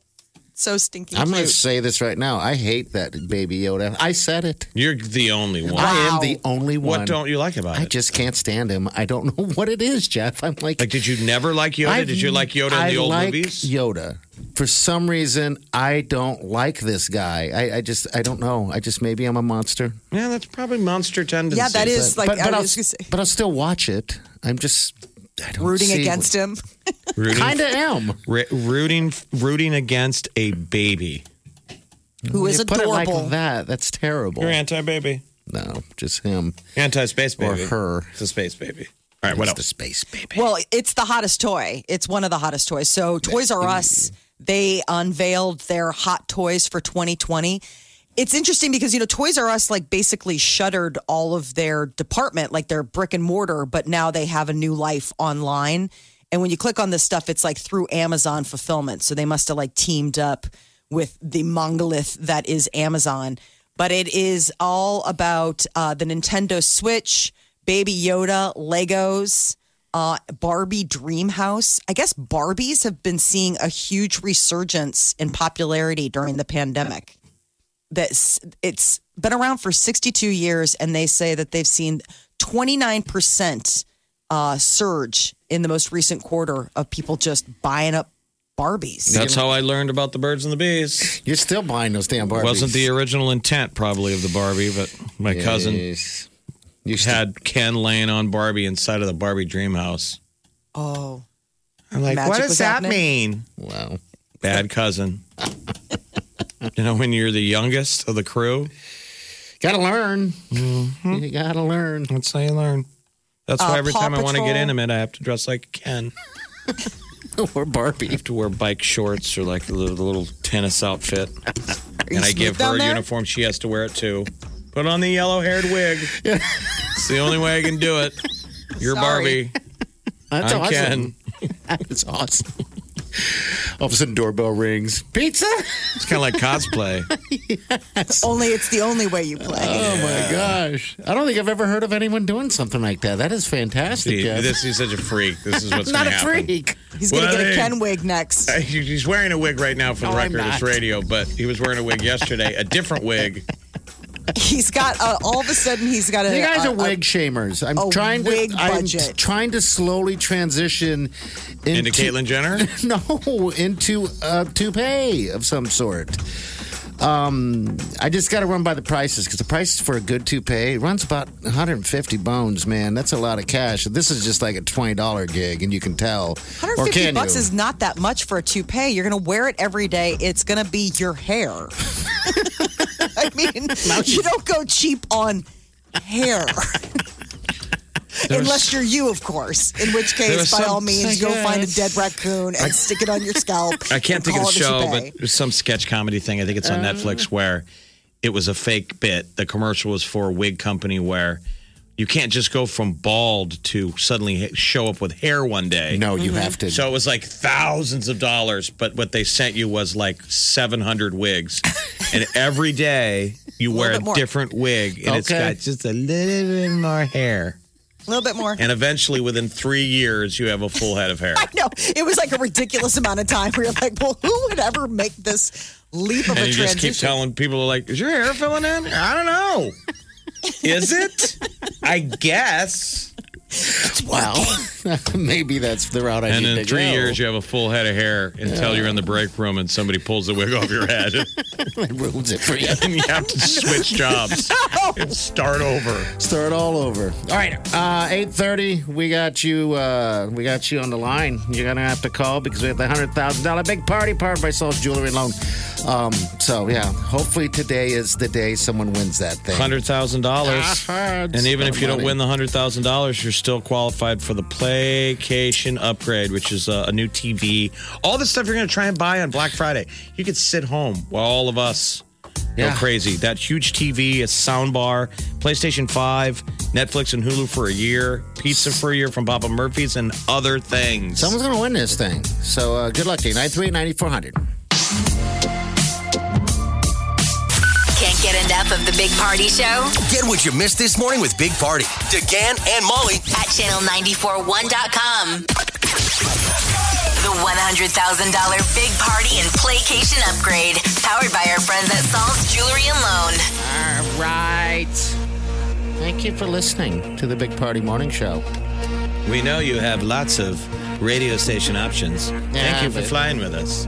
So stinking I'm going cute. to say this right now. I hate that baby Yoda. I said it. You're the only one. I am the only one. What don't you like about I it? just can't stand him. I don't [LAUGHS] know what it is, Jeff. I'm like, Like, did you never like Yoda? I- did you like Yoda in I the old like movies? Yoda. For some reason, I don't like this guy. I, I just, I don't know. I just, maybe I'm a monster. Yeah, that's probably monster tendencies. Yeah, that is like but, but, I I'll, was gonna say, but I'll still watch it. I'm just I don't rooting see against him. Rooting- Kinda am. Ri- rooting, rooting against a baby. Who When is you put It adorable. like that. That's terrible. You're anti-baby. No, just him. Anti-space Or baby. her. It's a space baby. All right, what else? The space baby. Well, it's the hottest toy. It's one of the hottest toys. So Toys R Us, they unveiled their hot toys for 2020. It's interesting because you know Toys R Us like basically shuttered all of their department, like their brick and mortar, but now they have a new life online. And when you click on this stuff, it's like through Amazon fulfillment. So they must have like teamed up with the mongolith that is Amazon. But it is all about uh, the Nintendo Switch, Baby Yoda, Legos, uh, Barbie Dream House. I guess Barbies have been seeing a huge resurgence in popularity during the pandemic. That's it's been around for 62 years, and they say that they've seen 29 percent uh, surge in the most recent quarter of people just buying up Barbies. That's how I learned about the birds and the bees. You're still buying those damn Barbies. Wasn't the original intent probably of the Barbie, but my cousin had Ken laying on Barbie inside of the Barbie dream house. Oh, I'm like, Magic what was does that happening? mean? Wow. Bad [LAUGHS] cousin. you know, when you're the youngest of the crew, gotta learn. You gotta learn. Mm-hmm. That's how you learn. That's Uh, why every Paw time I want to get Patrol. intimate, I have to dress like [LAUGHS] Ken. or Barbie. I have to wear bike shorts or like the, little- the little [LAUGHS] tennis outfit. and I smooth give her down a there? uniform. She has to wear it too. Put on the yellow haired wig. it's the only way I can [LAUGHS] do it. You're Sorry. [LAUGHS] Barbie. I'm Ken. That's awesome. All of a sudden, doorbell rings. Pizza? It's kind [LAUGHS] of like cosplay. Only it's the only way you play. Oh my gosh! I don't think I've ever heard of anyone doing something like that. That is fantastic. See, Jeff. this is such a freak. This is what's I'm [LAUGHS] not going a to happen. freak. He's gonna Well, get a hey. Ken wig next. Uh, he- He's wearing a wig right now for the No, I'm record. It's not. radio, but he was wearing a wig yesterday, a different wig. He's got uh, all of a sudden he's got a. You guys a- are wig shamers. I'm Uh, a trying wig to. I'm budget. trying to slowly transition into, Into Caitlyn Jenner? [LAUGHS] no, into a toupee of some sort. Um, I just got to run by the prices because the prices for a good toupee runs about 150 bones. Man, that's a lot of cash. This is just like a twenty dollar gig, and you can tell. or 150 can bucks you? is not that much for a toupee. You're going to wear it every day. It's going to be [LAUGHS] your hair. [LAUGHS] I mean, you don't go cheap on [LAUGHS] hair. Unless you're you, of course. In which There case, was by some- all means, I go find a guess. dead raccoon and stick it on your scalp. [LAUGHS] I can't and think of call the it a show, toupee. but there's some sketch comedy thing. I think it's on Uh. Netflix where it was a fake bit. The commercial was for a wig company where you can't just go from bald to suddenly ha- show up with hair one day. No, Mm-hmm. you Mhm. have to. So it was like thousands of dollars, but what they sent you was like 700 wigs. [LAUGHS] and every day you wear a bit more. different wig and it's Okay. got just a little bit more hair. a little bit more. And eventually within 3 years you have a full head of hair. I know. It was like a ridiculous amount of time where you're like, well, who would ever make this leap of and a you just transition? keep telling people like, "Is your hair filling in?" I don't know. Oh. [LAUGHS] Is it? I guess. Wow. [LAUGHS] Maybe that's the route I And need in to three go. years, [LAUGHS] you have a full head of hair until you're in the break room and somebody pulls the wig off your head. [LAUGHS] it ruins it for you. [LAUGHS] and you have to switch jobs Oh. and start over. Start all over. All right, uh, eight thirty. We got you. Uh, we got you on the line. You're gonna have to call because we have the hundred thousand dollar big party powered by Sol's Jewelry and Loan. Um, so yeah, hopefully today is the day someone wins that thing. Hundred thousand dollars, Ah, it's and even if you don't money. win the hundred thousand dollars, you're still qualified for the Playcation upgrade, which is a, a new TV. All the stuff you're going to try and buy on Black Friday, you could sit home while all of us Yeah. go crazy. That huge TV, a sound bar, PlayStation Five, Netflix and Hulu for a year, pizza for a year from Papa Murphy's, and other things. Someone's gonna win this thing. So uh, good luck to you. Nine three ninety four hundred. Can't get enough of the Big Party Show Get what you missed this morning with Big Party. DeGan and Molly. at channel941.com. The $100,000 Big Party and Playcation upgrade, powered by our friends at Saul's Jewelry and Loan. All right. Thank you for listening to the Big Party Morning Show. We know you have lots of radio station options. Thank Yeah, you for but- flying with us.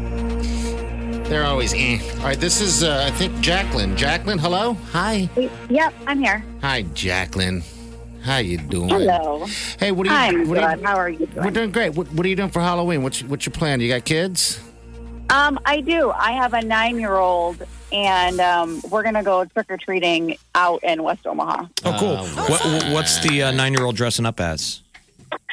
They're always eh. All right, this is uh, I think Jacqueline. Jacqueline, hello. Hi. Yep, I'm here. Hi, Jacqueline. How you doing? Hello. Hey, what are you? I'm what Are good. you How are you We're doing great. What, what are you doing for Halloween? What's what's your plan? You got kids? Um, I do. I have a nine year old, and um, we're going to go trick or treating out in West Omaha. Oh, cool. what, what's the uh, nine year old dressing up as?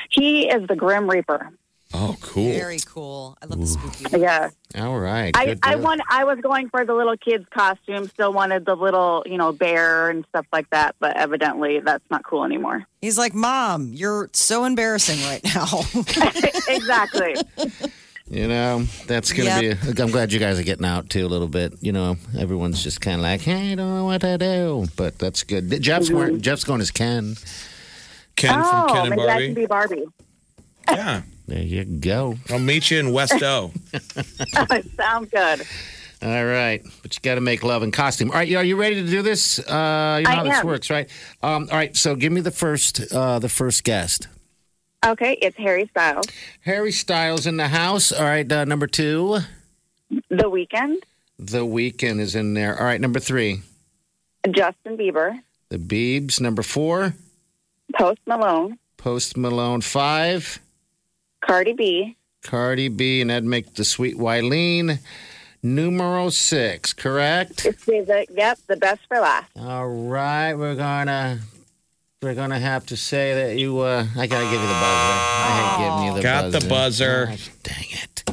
He is the Grim Reaper. Oh, cool. Very cool. I love the spooky. Yeah. All right. I, good I deal. want. I was going for the little kids' costume. Still wanted the little, you know, bear and stuff like that. But evidently, that's not cool anymore. He's like, Mom, you're so embarrassing right now. exactly. You know, that's going to Yep. be. I'm glad you guys are getting out too a little bit. You know, everyone's just kind of like, hey, I don't know what to do, but that's good. Jeff's wearing, Jeff's going as Ken. Ken Mm-hmm. oh, maybe I can be Barbie. Yeah. There you go. I'll meet you in [LAUGHS] West O. Sounds good. All right, but you got to make love in costume. All right, are you ready to do this? Uh, you know I how this am. works, right? Um, all right, so give me the first, uh, the first guest. Okay, it's Harry Styles. Harry Styles in the house. All right, uh, number two, The Weekend, The Weekend is in there. All right, number three, Justin Bieber, The Biebs. Number four, Post Malone, Post Malone. Five, Cardi B, Cardi B, and that'd make the sweet Wileen. Numero six, correct? It's the, yep, the best for last. All right, we're gonna we're gonna have to say that you. Uh, I gotta give you the buzzer. I hate giving you the Got buzzer. the buzzer. dang it.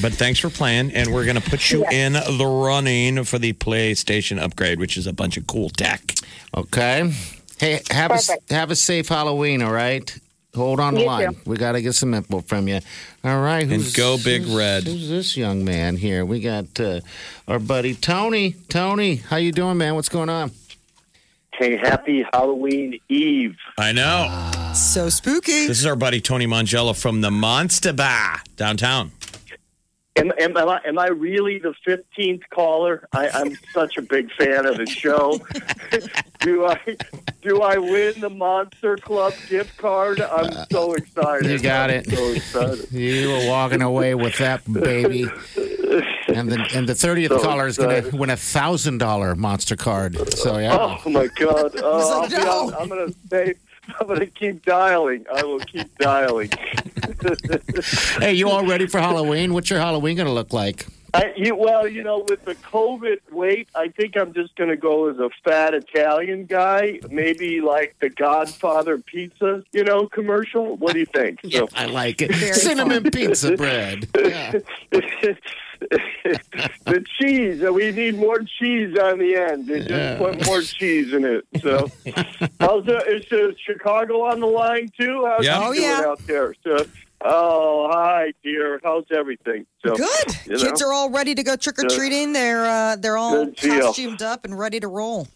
But thanks for playing, and we're going to put you in the running for the PlayStation upgrade, which is a bunch of cool tech. Okay. Hey, have Perfect. a have a safe Halloween. All right. Hold on the You line. too. We gotta get some info from you. All right. And go Big who's- Red. Who's this young man here? We got uh, our buddy Tony. Tony, how you doing, man? What's going on? Hey, happy Halloween Eve. I know. Ah. so spooky. This is our buddy Tony Mangello from the Monster Bar downtown. Am, am, am, I, am I really the 15th caller? I, I'm such a big fan of the show. [LAUGHS] do I do I win the Monster Club gift card? I'm so excited. You got I'm it. [LAUGHS] So excited. [LAUGHS] You were walking away with that baby. And the and the thirtieth So caller is gonna win a thousand dollar monster card. So yeah. Oh my God! Oh, I'll be on- I'm gonna stay. I'm gonna keep dialing. I will keep dialing. Hey, [LAUGHS] you all ready for Halloween? What's your Halloween going to look like? I, you, well, you know, with the COVID weight, I think I'm just going to go as a fat Italian guy. Maybe like the Godfather pizza, you know, commercial. What do you think? So, I like it. [LAUGHS] Cinnamon pizza [LAUGHS] bread. the cheese. uh, We need more cheese on the end. They just Yeah. put more cheese in it. [LAUGHS] So, how's the, is uh, Chicago on the line too? How's Yeah. it Oh, doing yeah. out there? So, oh, hi, dear. How's everything? So, Good. you know? Kids are all ready to go trick or treating. They're uh, they're all Good deal. costumed up and ready to roll.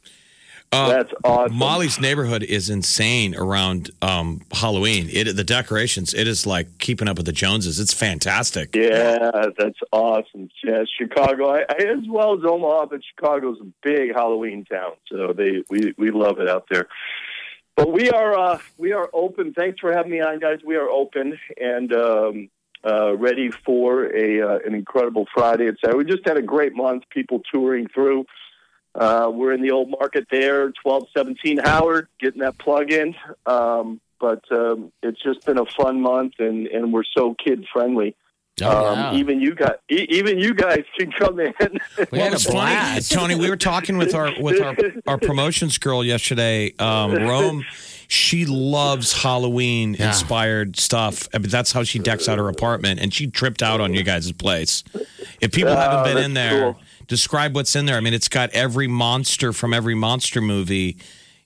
That's awesome. Uh, Molly's neighborhood is insane around um, Halloween. It the decorations. It is like keeping up with the Joneses. It's fantastic. Yeah, that's awesome. Yeah, Chicago, I, I, as well as Omaha, but Chicago's a big Halloween town, so they we we love it out there. But we are uh, we are open. Thanks for having me on, guys. We are open and um, uh, ready for a uh, an incredible Friday. It's, uh, we just had a great month. People touring through. Uh, we're in the old market there, twelve seventeen Howard, getting that plug in. Um, but um, it's just been a fun month, and, and we're so kid friendly. Oh, um, yeah. Even you guys, e- even you guys can come in. Well, it's funny, Tony. We were talking with our with our, our promotions girl yesterday, um, Rome. She loves Halloween inspired stuff. I mean, that's how she decks out her apartment, and she tripped out on you guys' place. If people Oh, haven't been that's in there, cool. describe what's in there. I mean, it's got every monster from every monster movie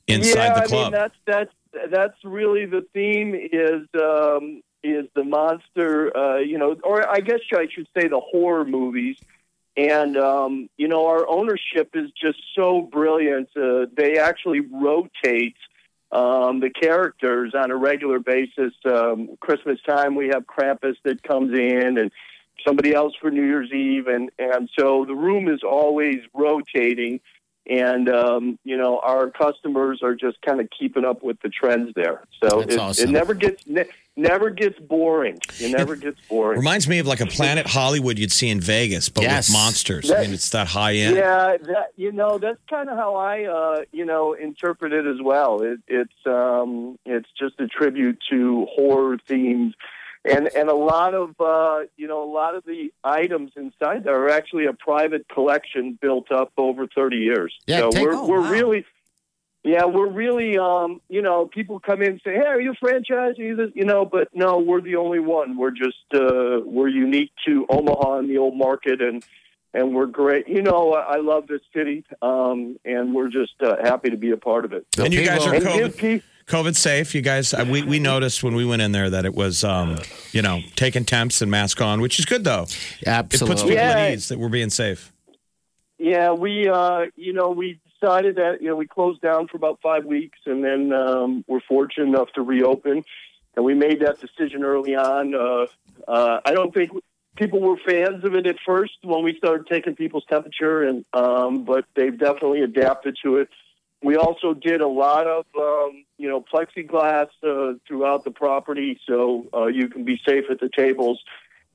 inside yeah, the I mean, club. that's that's that's really the theme is um, is the monster, uh, you know, or I guess I should say the horror movies. And um, you know, our ownership is just so brilliant. Uh, they actually rotate um, the characters on a regular basis. Um, Christmas time, we have Krampus that comes in, and somebody else for New Year's Eve, and and so the room is always rotating. And um, you know, our customers are just kind of keeping up with the trends there. So That's it, awesome. it never gets ne- never gets boring. It never gets boring. Reminds me of like a Planet Hollywood you'd see in Vegas, but Yes. with monsters. I mean, it's that high Yeah, end. that, you know that's kind of how I, uh, you know, interpret it as well. It, it's um, it's just a tribute to horror themes, and and a lot of uh, you know a lot of the items inside there are actually a private collection built up over thirty years. Yeah, so take- we're oh, we're wow. really. Yeah, we're really, um, you know, people come in and say, "Hey, are you a franchise?" Are you this?" You know, but no, we're the only one. We're just uh, we're unique to Omaha and the old market, and and we're great. You know, I, I love this city, um, and we're just uh, happy to be a part of it. And you guys are And give COVID, pe- COVID safe. You guys, I- we, we noticed when we went in there that it was, um, you know, taking temps and mask on, which is good though. It puts Absolutely. people Yeah. at ease that we're being safe. Yeah, we uh, you know we decided that you know we closed down for about five weeks, and then um, we're fortunate enough to reopen, and we made that decision early on. Uh, uh, I don't think people were fans of it at first when we started taking people's temperature, and um, but they've definitely adapted to it. We also did a lot of um, you know plexiglass uh, throughout the property, so uh, you can be safe at the tables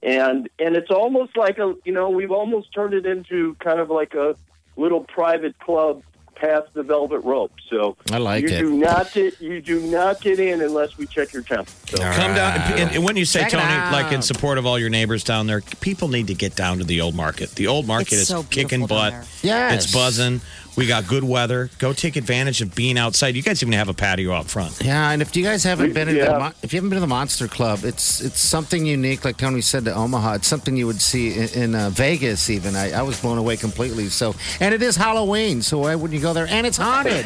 and and it's almost like a you know we've almost turned it into kind of like a little private club past the velvet rope. So I like you it. do not get you do not get in unless we check your temp. So Come down. And, and when you say, Check it Tony, out. like in support of all your neighbors down there, people need to get down to the old market. The old market It's is so kicking beautiful down butt. there. Yes. It's buzzing. We got good weather. Go take advantage of being outside. You guys even have a patio out front. Yeah, and if you guys haven't been to Yeah. the, Mon- if you haven't been to the Monster Club, it's it's something unique. Like Tony said to Omaha, it's something you would see in, in uh, Vegas. Even I, I was blown away completely. So, and it is Halloween, so why wouldn't you go there? And it's haunted.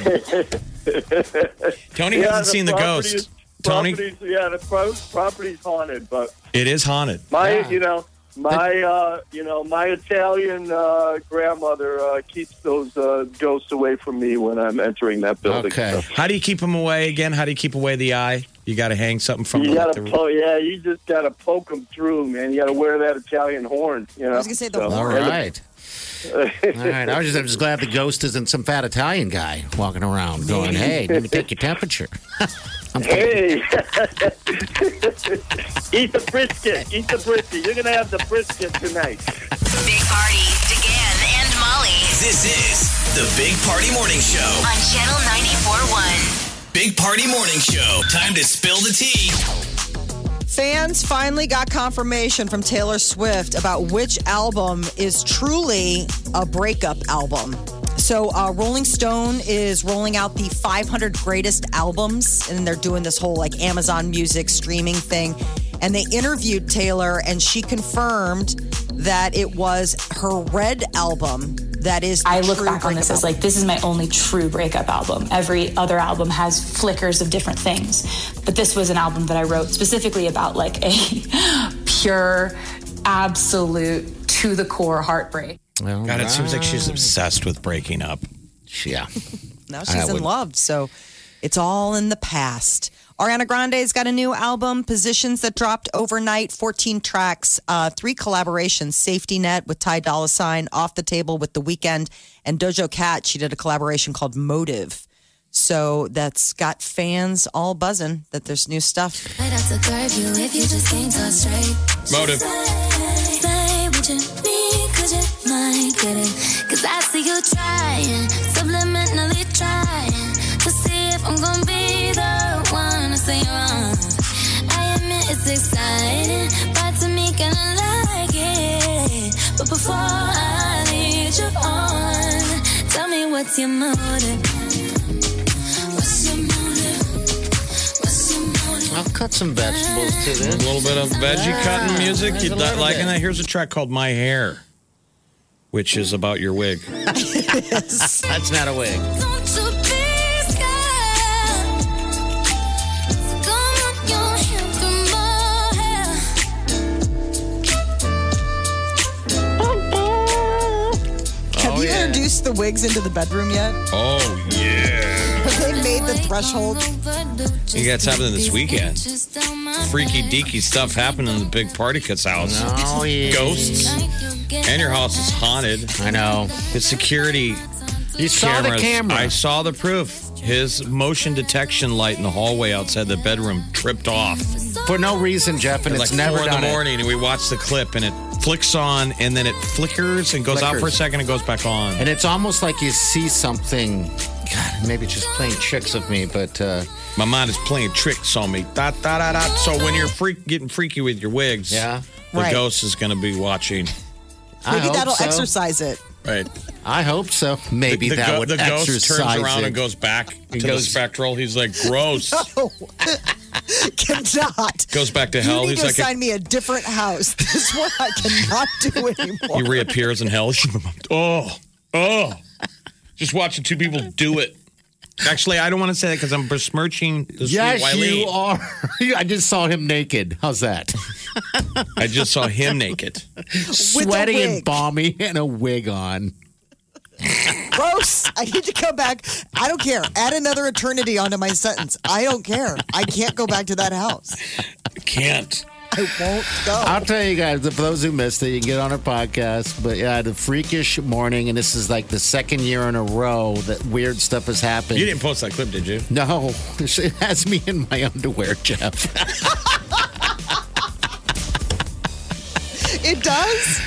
Tony hasn't seen the property ghost. is- Tony- property's- yeah, the pro- property's haunted, but It is haunted. my you know my uh, you know my Italian uh, grandmother uh, keeps those uh, ghosts away from me when I'm entering that building. So- How do you keep them away again? How do you keep away the eye? You got to hang something from You the, gotta the- po- yeah, you just gotta poke them through, man. You gotta wear that Italian horn. You know, was gonna say the All [LAUGHS] right. All right. I was just, I'm just glad the ghost isn't some fat Italian guy walking around going, "Hey, let me take your temperature." hey, [LAUGHS] eat the brisket, eat the brisket. You're gonna have the brisket tonight. Big Party, DeGan and Molly This is the Big Party Morning Show. on Channel 94.1. Big Party Morning Show. Time to spill the tea. Fans finally got confirmation from Taylor Swift about which album is truly a breakup album. So, uh, Rolling Stone is rolling out the 500 greatest albums, and they're doing this whole like Amazon Music streaming thing. And they interviewed Taylor, and she confirmed that it was her Red album that is. The I look true back on breakup this as album. like this is my only true breakup album. Every other album has flickers of different things, but this was an album that I wrote specifically about like a [LAUGHS] pure, absolute, to the core heartbreak. God, it seems like she's obsessed with breaking up. Yeah. Now I she's in would- love. So it's all in the past. Ariana Grande's got a new album, Positions, that dropped overnight, 14 tracks, uh, three collaborations Safety Net with Ty Dolla Sign, Off the Table with The Weeknd, and Dojo Cat. She did a collaboration called Motive. So that's got fans all buzzing that there's new stuff. Right out the curfew if you just can't talk straight. Motive. Stay with your me, cause you might get it. Cause I see you trying, subliminally trying to see if I'm gonna be the one to say wrong. I admit it's exciting, but to me, kinda like it. But before I lead you on, tell me what's your motive? What's your motive? What's your motive? I'll cut some vegetables too. A little bit of veggie Yeah, cutting music. there's You'd a not little like bit. that? Here's a track called My Hair, which is about your wig. That's not a wig. Don't you please, girl, come on your hand through my hair. Have you introduced the wigs into the bedroom yet? Oh yeah. Have they made the threshold? You got happening this weekend. Freaky deaky stuff happening in the big party cuts house. Oh, yeah. Ghosts. And your house is haunted. I know. The security. You saw the camera. I saw the proof. His motion detection light in the hallway outside the bedroom tripped off. For no reason, Jeff, and At it's like never four in done the it. morning, and we watch the clip, and it flicks on, and then it flickers and goes out for a Flickers. second, and goes back on. And it's almost like you see something. God, maybe it's just playing tricks of me, but uh, my mind is playing tricks on me. Da, da, da, da. So when you're freak, getting freaky with your wigs, yeah, the Right. ghost is going to be watching. Maybe that'll exercise it. Right. I hope so. Maybe the, that go- would the ghost exercise turns around it. and [LAUGHS] goes back He to goes- the spectral. He's like, [LAUGHS] gross. No, cannot. Goes back to You hell. need He's to like, a- assign me a [LAUGHS] different house. This one I cannot do anymore. [LAUGHS] he reappears in hell. oh, oh. Just watching two people do it. Actually, I don't want to say that because I'm besmirching the yes, sweet Wileen. you are. [LAUGHS] I just saw him naked. How's that? I just [LAUGHS] saw him naked. Sweaty and balmy and a wig on. Gross. I need to go back. I don't care. Add another eternity onto my sentence. I don't care. I can't go back to that house. Can't. I won't go. I'll tell you guys, for those who missed it, you can get on our podcast. But yeah, the freakish morning, and this is like the second year in a row that weird stuff has happened. You didn't post that clip, did you? No, [LAUGHS] it has me in my underwear, Jeff. [LAUGHS] It does?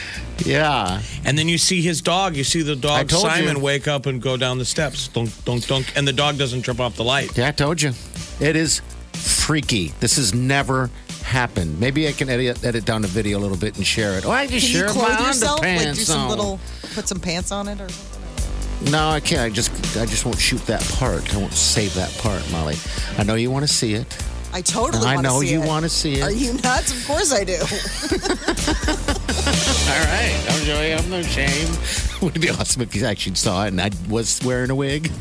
Yeah. And then you see his dog. You see the I dog told Simon you. wake up and go down the steps. Dunk, dunk, dunk. And the dog doesn't trip off the light. Yeah, I told you. It is freaky. This has never happened. Maybe I can edit, edit down the video a little bit and share it. Oh, I just Can share you my clothe yourself? underpants Like do some on. little, put some pants on it or something? No, I can't. I just, I just won't shoot that part. I won't save that part, Molly. I know you want to see it. I totally I want know to see you it. want to see it. Are you nuts? Of course I do. [LAUGHS] All right. I'm Joey. I'm no shame. Would [LAUGHS] it be awesome if you actually saw it and I was wearing a wig? [LAUGHS]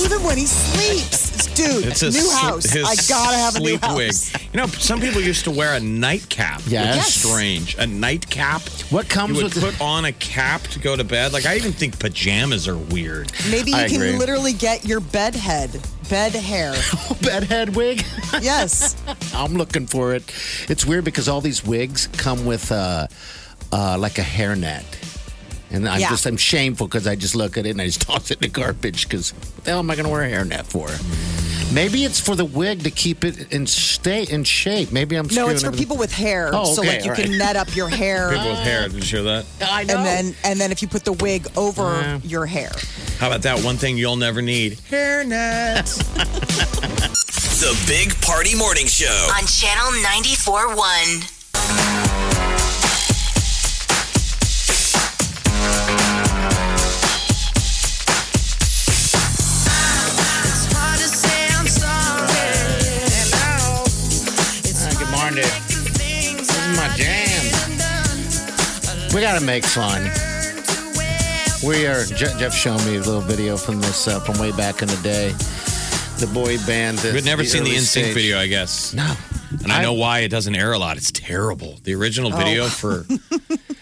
Even when he sleeps. Dude, It's his new sl- house. his I gotta have a new sleep house. wig. You know, some people used to wear a nightcap. Yes. Which Yes. is strange. A nightcap. What comes you with would the- put on a cap to go to bed? Like I even think pajamas are weird. Maybe you can literally get your bed head, bed hair. [LAUGHS] Oh, bed head wig? yes. I'm looking for it. It's weird because all these wigs come with uh, uh, like a hairnet. And I'm Yeah. just, I'm shameful because I just look at it and I just [LAUGHS] toss it in the garbage because what the hell am I going to wear a hairnet for? Maybe it's for the wig to keep it in stay in shape. Maybe I'm No, screwing it's for everything- people with hair. Oh, so okay, like you all can right. [LAUGHS] net up your hair. People with hair. Did you hear that? I know. And then and then if you put the wig over Yeah. your hair. How about that one thing you'll never need? The Big Party Morning Show. On Channel 94.1. Good morning. This is my jam. We gotta make fun. We are Je- Jeff showed me a little video from this uh, from way back in the day. The boy band. that- We've never seen the early Instinct stage- video, I guess. No. And I, know why it doesn't air a lot. It's terrible. The original Oh. video for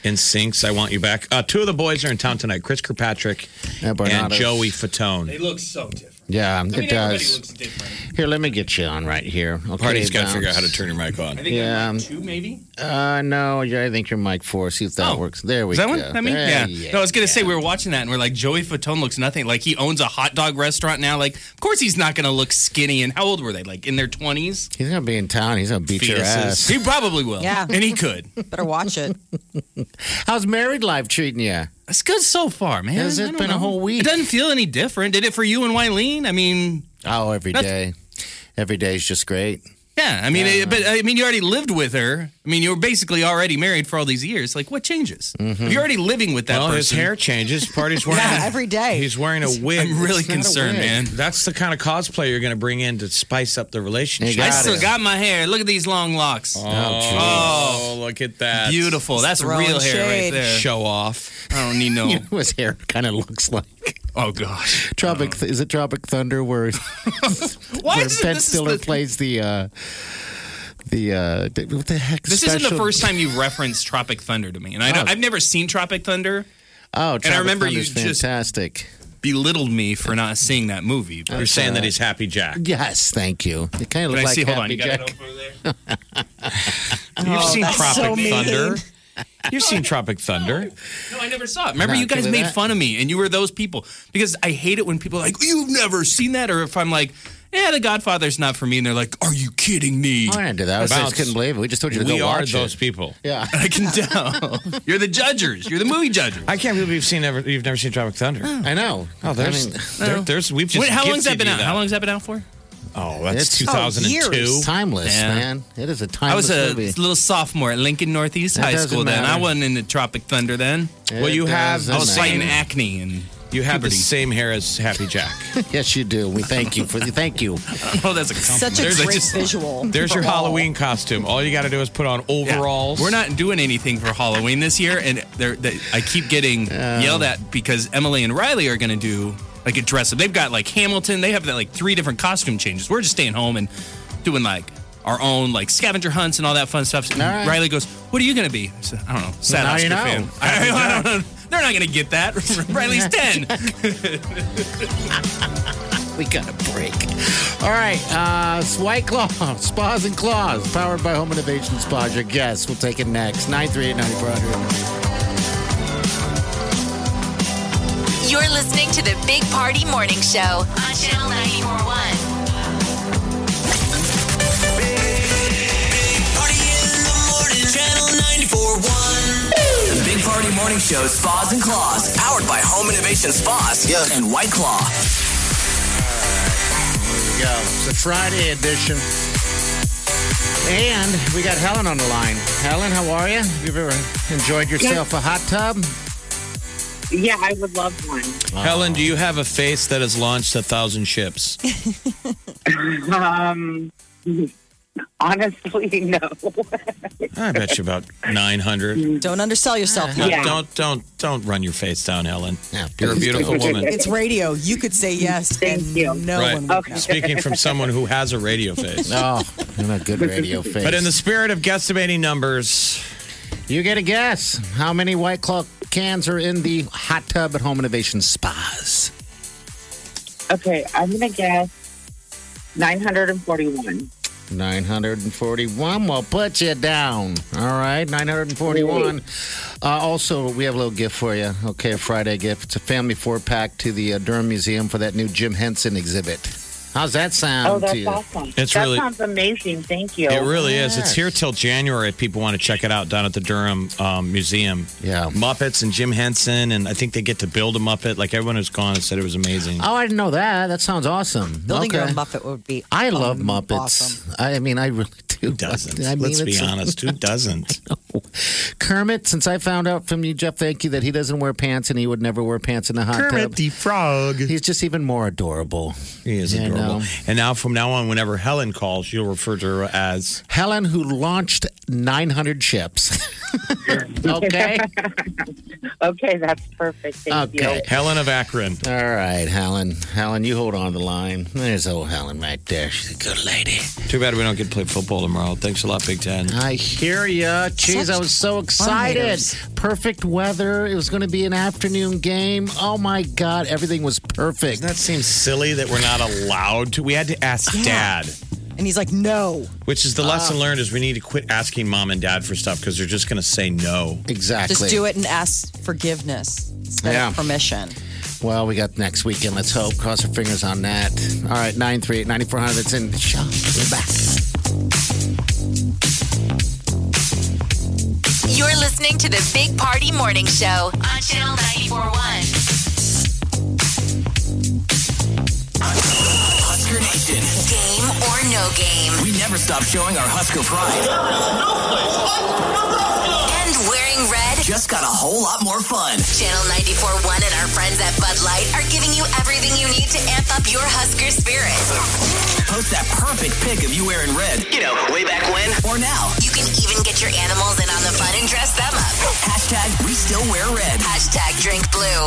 Instincts, I Want You Back. Uh, two of the boys are in town tonight Chris Kirkpatrick and, Barnados. Joey Fatone. look so different. Yeah, mean, it everybody does. looks different. Here, let me get you on right here. Okay, Party's got to Bounce. figure out how to turn your mic on. I think Yeah, I'm um, like two, maybe. Uh, no, yeah, I think your mic four. See if Oh. that works. There we Is that go. one? I mean, There yeah. you No, I was gonna say we were watching that and we're like, Joey Fatone looks nothing. Like he owns a hot dog restaurant now. Like, of course he's not gonna look skinny. And how old were they? Like in their twenties. He's gonna be in town. He's gonna beat your ass. He probably will. Yeah. and he could. Better watch it. How's married life treating you? It's good so far, man. Has it I don't been a know. whole week? It doesn't feel any different. Did it for you and Wileen? I mean, Oh, every That's- day. Every day is just great. yeah. I mean, it, but I mean, you already lived with her. I mean, you were basically already married for all these years. Like, what changes? Mm-hmm. If you're already living with that Well, person, his hair changes. Party's wearing. Yeah, every day. He's wearing a wig. I'm really It's not a concerned, wig. man. That's the kind of cosplay you're going to bring in to spice up the relationship. I still got my hair. Look at these long locks. Oh, Oh, look at that. Beautiful. That's Throwing real hair right shade. there. Show off. I don't [LAUGHS] need no. You know what his hair kind of looks like. Oh gosh, Uh-huh. Tropic is it Tropic Thunder [LAUGHS] where Why where is it- Ben this is Stiller the- plays the uh, the uh, d- what the heck? This isn't the special- first time you've referenced Tropic Thunder to me, and I don't, Oh. I've never seen Tropic Thunder. Oh, And Tropic I remember you Thunder's fantastic. Belittled me for not seeing that movie. You're saying that he's Happy Jack. yes, thank you. It kind of Can I looks like see- hold on, Happy you got [LAUGHS] Jack. You've Oh, seen that's Tropic so mean. [LAUGHS] Thunder. You've seen Tropic Thunder. No, I never saw it. Remember, No, you guys give me made that. fun of me, and you were those people because I hate it when people are like, "You've never seen that," or if I'm like, "Yeah, The Godfather's not for me," and they're like, "Are you kidding me?" Oh, I didn't do that. I, was, I just Bounce. couldn't believe it. We just told you to We go are watch those it. people. [LAUGHS] Yeah, I can tell. [LAUGHS] You're the judgers. You're the movie judgers. I can't believe you've seen never you've never seen Tropic Thunder. I know. Oh, there's I mean- there- there's we've just Wait, how long's that gifted been you out? How long's that been out for? Oh, that's It's- 2002. It's timeless, Yeah. man. It is a I timeless was a movie. little sophomore at Lincoln Northeast That High doesn't School then. matter. I wasn't into Tropic Thunder then. Well, you have I the was fighting same- acne and You have the puberty. same hair as Happy Jack. [LAUGHS] yes, you do. We thank you for thank you. [LAUGHS] [LAUGHS] Oh, that's a compliment. Such a great visual. There's your overall. Halloween costume. All you got to do is put on overalls. We're not doing anything for Halloween this year, and they're, they, I keep getting yelled at because Emily and Riley are going to do like a dress up. They've got like Hamilton. They have that like three different costume changes. We're just staying home and doing like our own like scavenger hunts and all that fun stuff. And All right. Riley goes, "What are you going to be?" I, said, "I don't know. Sad Now Oscar you know. fan. [LAUGHS] I, I don't know. They're not going to get that. [LAUGHS] Riley's ten. [LAUGHS] we got a break. All right, uh, White Claw, [LAUGHS] Spas and Claws, powered by Home Innovation Spas. Your guests, we'll take it next. 938 9400. You're listening to the Big Party Morning Show on Channel 941. Channel 941. The Big Party Morning Show, Spas and Claws, powered by Home Innovation Spas and White Claw. Here we go. It's a Friday edition. And we got Helen on the line. Helen, how are you? Have you ever enjoyed yourself a hot tub? Yeah, I would love one. [LAUGHS] Helen, do you have a face that has launched a thousand ships? [LAUGHS] Um, [LAUGHS] honestly, no. I bet you about nine hundred. Don't undersell yourself. Don't don't don't run your face down, Helen. You're a please beautiful don't. woman. It's radio. You could say yes, and no one. would know. Speaking from someone who has a radio face. No, I'm a [LAUGHS] good radio face. [LAUGHS] But in the spirit of guesstimating numbers, you get a guess. How many White Claw cans are in the hot tub at Home Innovation Spas? Okay, I'm gonna guess 941. 941. We'll put you down. All right, 941. Uh, also, we have a little gift for you. Okay, a Friday gift. It's a family four pack to the uh, Durham Museum for that new Jim Henson exhibit. How's that sound oh, to that's you? awesome. It's that really- sounds amazing. Thank you. it really is. It's [LAUGHS] here till January. If people want to check it out down at the Durham um, Museum. Yeah, Muppets and Jim Henson, and I think they get to build a Muppet. Like everyone who's gone said, it was amazing. Oh, I didn't know that. That sounds awesome. Building your Okay. own Muppet would be I love um, Muppets. awesome. I, I mean, I really do. Who doesn't? I mean, Let's be it's- honest. Who doesn't? [LAUGHS] Kermit, since I found out from you, Jeff, thank you, that he doesn't wear pants and he would never wear pants in a hot Kermit tub. the Frog. He's just even more adorable. He is You adorable. know. And now, from now on, whenever Helen calls, you'll refer to her as Helen, who launched 900 [LAUGHS] ships. okay. [LAUGHS] okay, that's perfect. Thank Okay. you. Helen of Akron. All right, Helen. Helen, you hold on to the line. There's old Helen right there. She's a good lady. Too bad we don't get to play football tomorrow. Thanks a lot, Big Ten. I hear ya. Jeez, I was so excited. haters. Perfect weather. It was going to be an afternoon game. Oh my God, everything was perfect. Doesn't that seem silly that we're not allowed to? We had to ask dad. And he's like, no. Which Oh. is the Ah. lesson learned is we need to quit asking mom and dad for stuff because they're just going to say no. Exactly. Just do it and ask forgiveness instead Yeah. of permission. Well, we got next weekend. Let's hope. Cross our fingers on that. All right, 938 9400. That's in the shop. We're back. You're listening to the Big Party Morning Show on Channel 941. Husker Nation. Game or no game. We never stop showing our Husker pride. And wearing red. Just got a whole lot more fun. Channel 941 and our friends at Bud Light are giving you everything you need to amp up your Husker spirit. Post that perfect pic of you wearing red. You know, way back when. Or now. You can even get your animals in on the fun and dress them up. Hashtag we still wear red. Hashtag drink blue.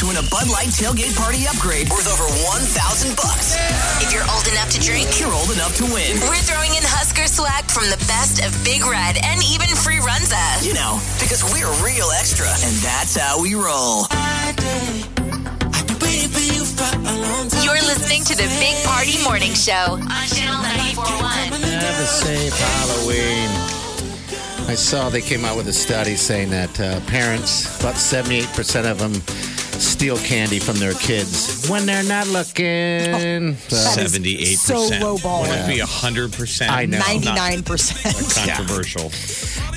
To win a Bud Light tailgate party upgrade worth over 1,000 bucks. If you're old enough to drink, You're old enough to win. We're throwing in Husker swag from the best of Big Red and even Free Runza. You know, because we're real extra. And that's how we roll. You're listening to the Big Party Morning Show on Channel 941. Have a safe Halloween. I saw they came out with a study saying that uh, parents, about 78% of them, steal candy from their kids when they're not looking. Seventy-eight percent. Wouldn't it be hundred percent? I know. Ninety-nine percent. Controversial.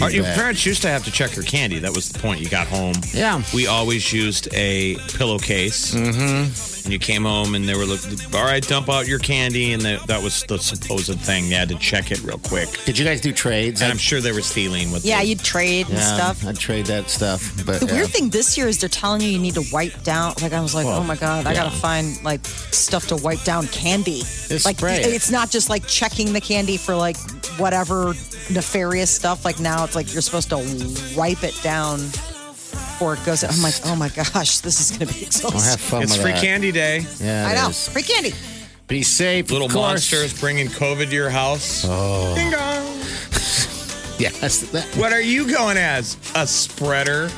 Our- your bet. parents used to have to check your candy. That was the point. You got home. Yeah. We always used a pillowcase. Mm-hmm. And you came home and they were like, all right, dump out your candy. And that that was the supposed thing. They had to check it real quick. Did you guys do trades? And I'm sure they were stealing with [LAUGHS] Yeah, the- you trade and Yeah, stuff. Um, I trade that stuff. But The weird yeah. thing this year is they're telling you you need to wipe down. Like I was like, Well, oh my god, I yeah. gotta find like stuff to wipe down candy. It's like spray. it's not just like checking the candy for like whatever nefarious stuff. Like now it's like you're supposed to wipe it down. fork goes in. I'm like, oh my gosh, this is going to be exhausting. have fun It's with free that. candy day. Yeah, I know. is. Free candy. Be safe. Little of course. monsters bringing COVID to your house. Oh. Ding dong. Yeah, that's [LAUGHS] that. What are you going as? A spreader?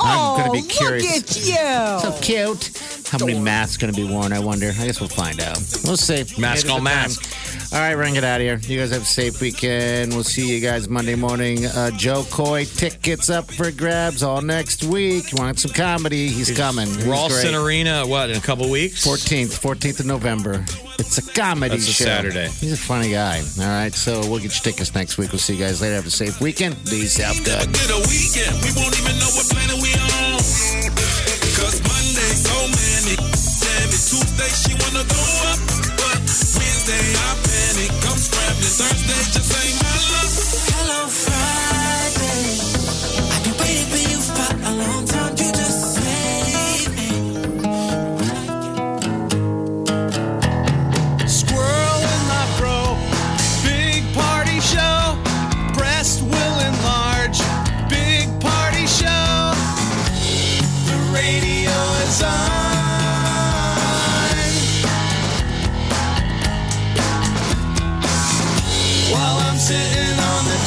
I'm gonna be Oh, curious. you. So cute. How many masks going to be worn? I wonder. I guess we'll find out. We'll see. Mask Maybe on the mask. time. All right, we're gonna get out of here. You guys have a safe weekend. We'll see you guys Monday morning. Uh, Joe Coy tickets up for grabs all next week. You want some comedy? He's coming. He's Ralston great. Arena, what, in a couple weeks? 14th, 14th of November. It's a comedy That's a show. Saturday. He's a funny guy. All right, so we'll get your tickets next week. We'll see you guys later. Have a safe weekend. Be yourself good. Get a weekend, we won't even know what planet we on. Cause Monday, so many. Damn it, Tuesday, she wanna go up. But Wednesday, I panic. I'm scrambling. Thursday, just ain't my luck. Hello, Friday. I've been waiting for you for a long time. You just saved me. Squirrel in my fro. Big party show. Breast will enlarge. Big party show. The radio is on. While I'm sitting on the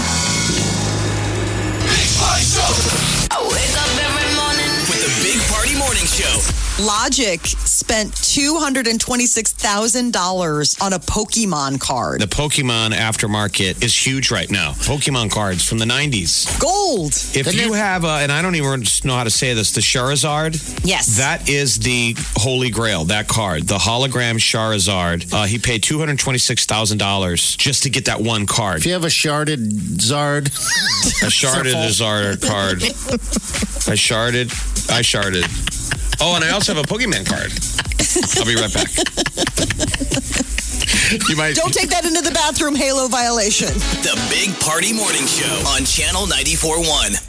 Big party show. Wake up every morning. With the Big Party Morning Show. Logic spent $226,000 on a Pokemon card. The Pokemon aftermarket is huge right now. Pokemon cards from the 90s. Gold. If you have, uh, and I don't even know how to say this, the Charizard. Yes. That is the holy grail, that card, the hologram Charizard. Uh, he paid $226,000 just to get that one card. If you have a sharded Zard, A sharded Zard [LAUGHS] card. [LAUGHS] I sharded. I sharded. Oh, and I also have a Pokemon card. I'll be right back. You might. Don't take that into the bathroom, Halo violation. The Big Party Morning Show on Channel 94.1.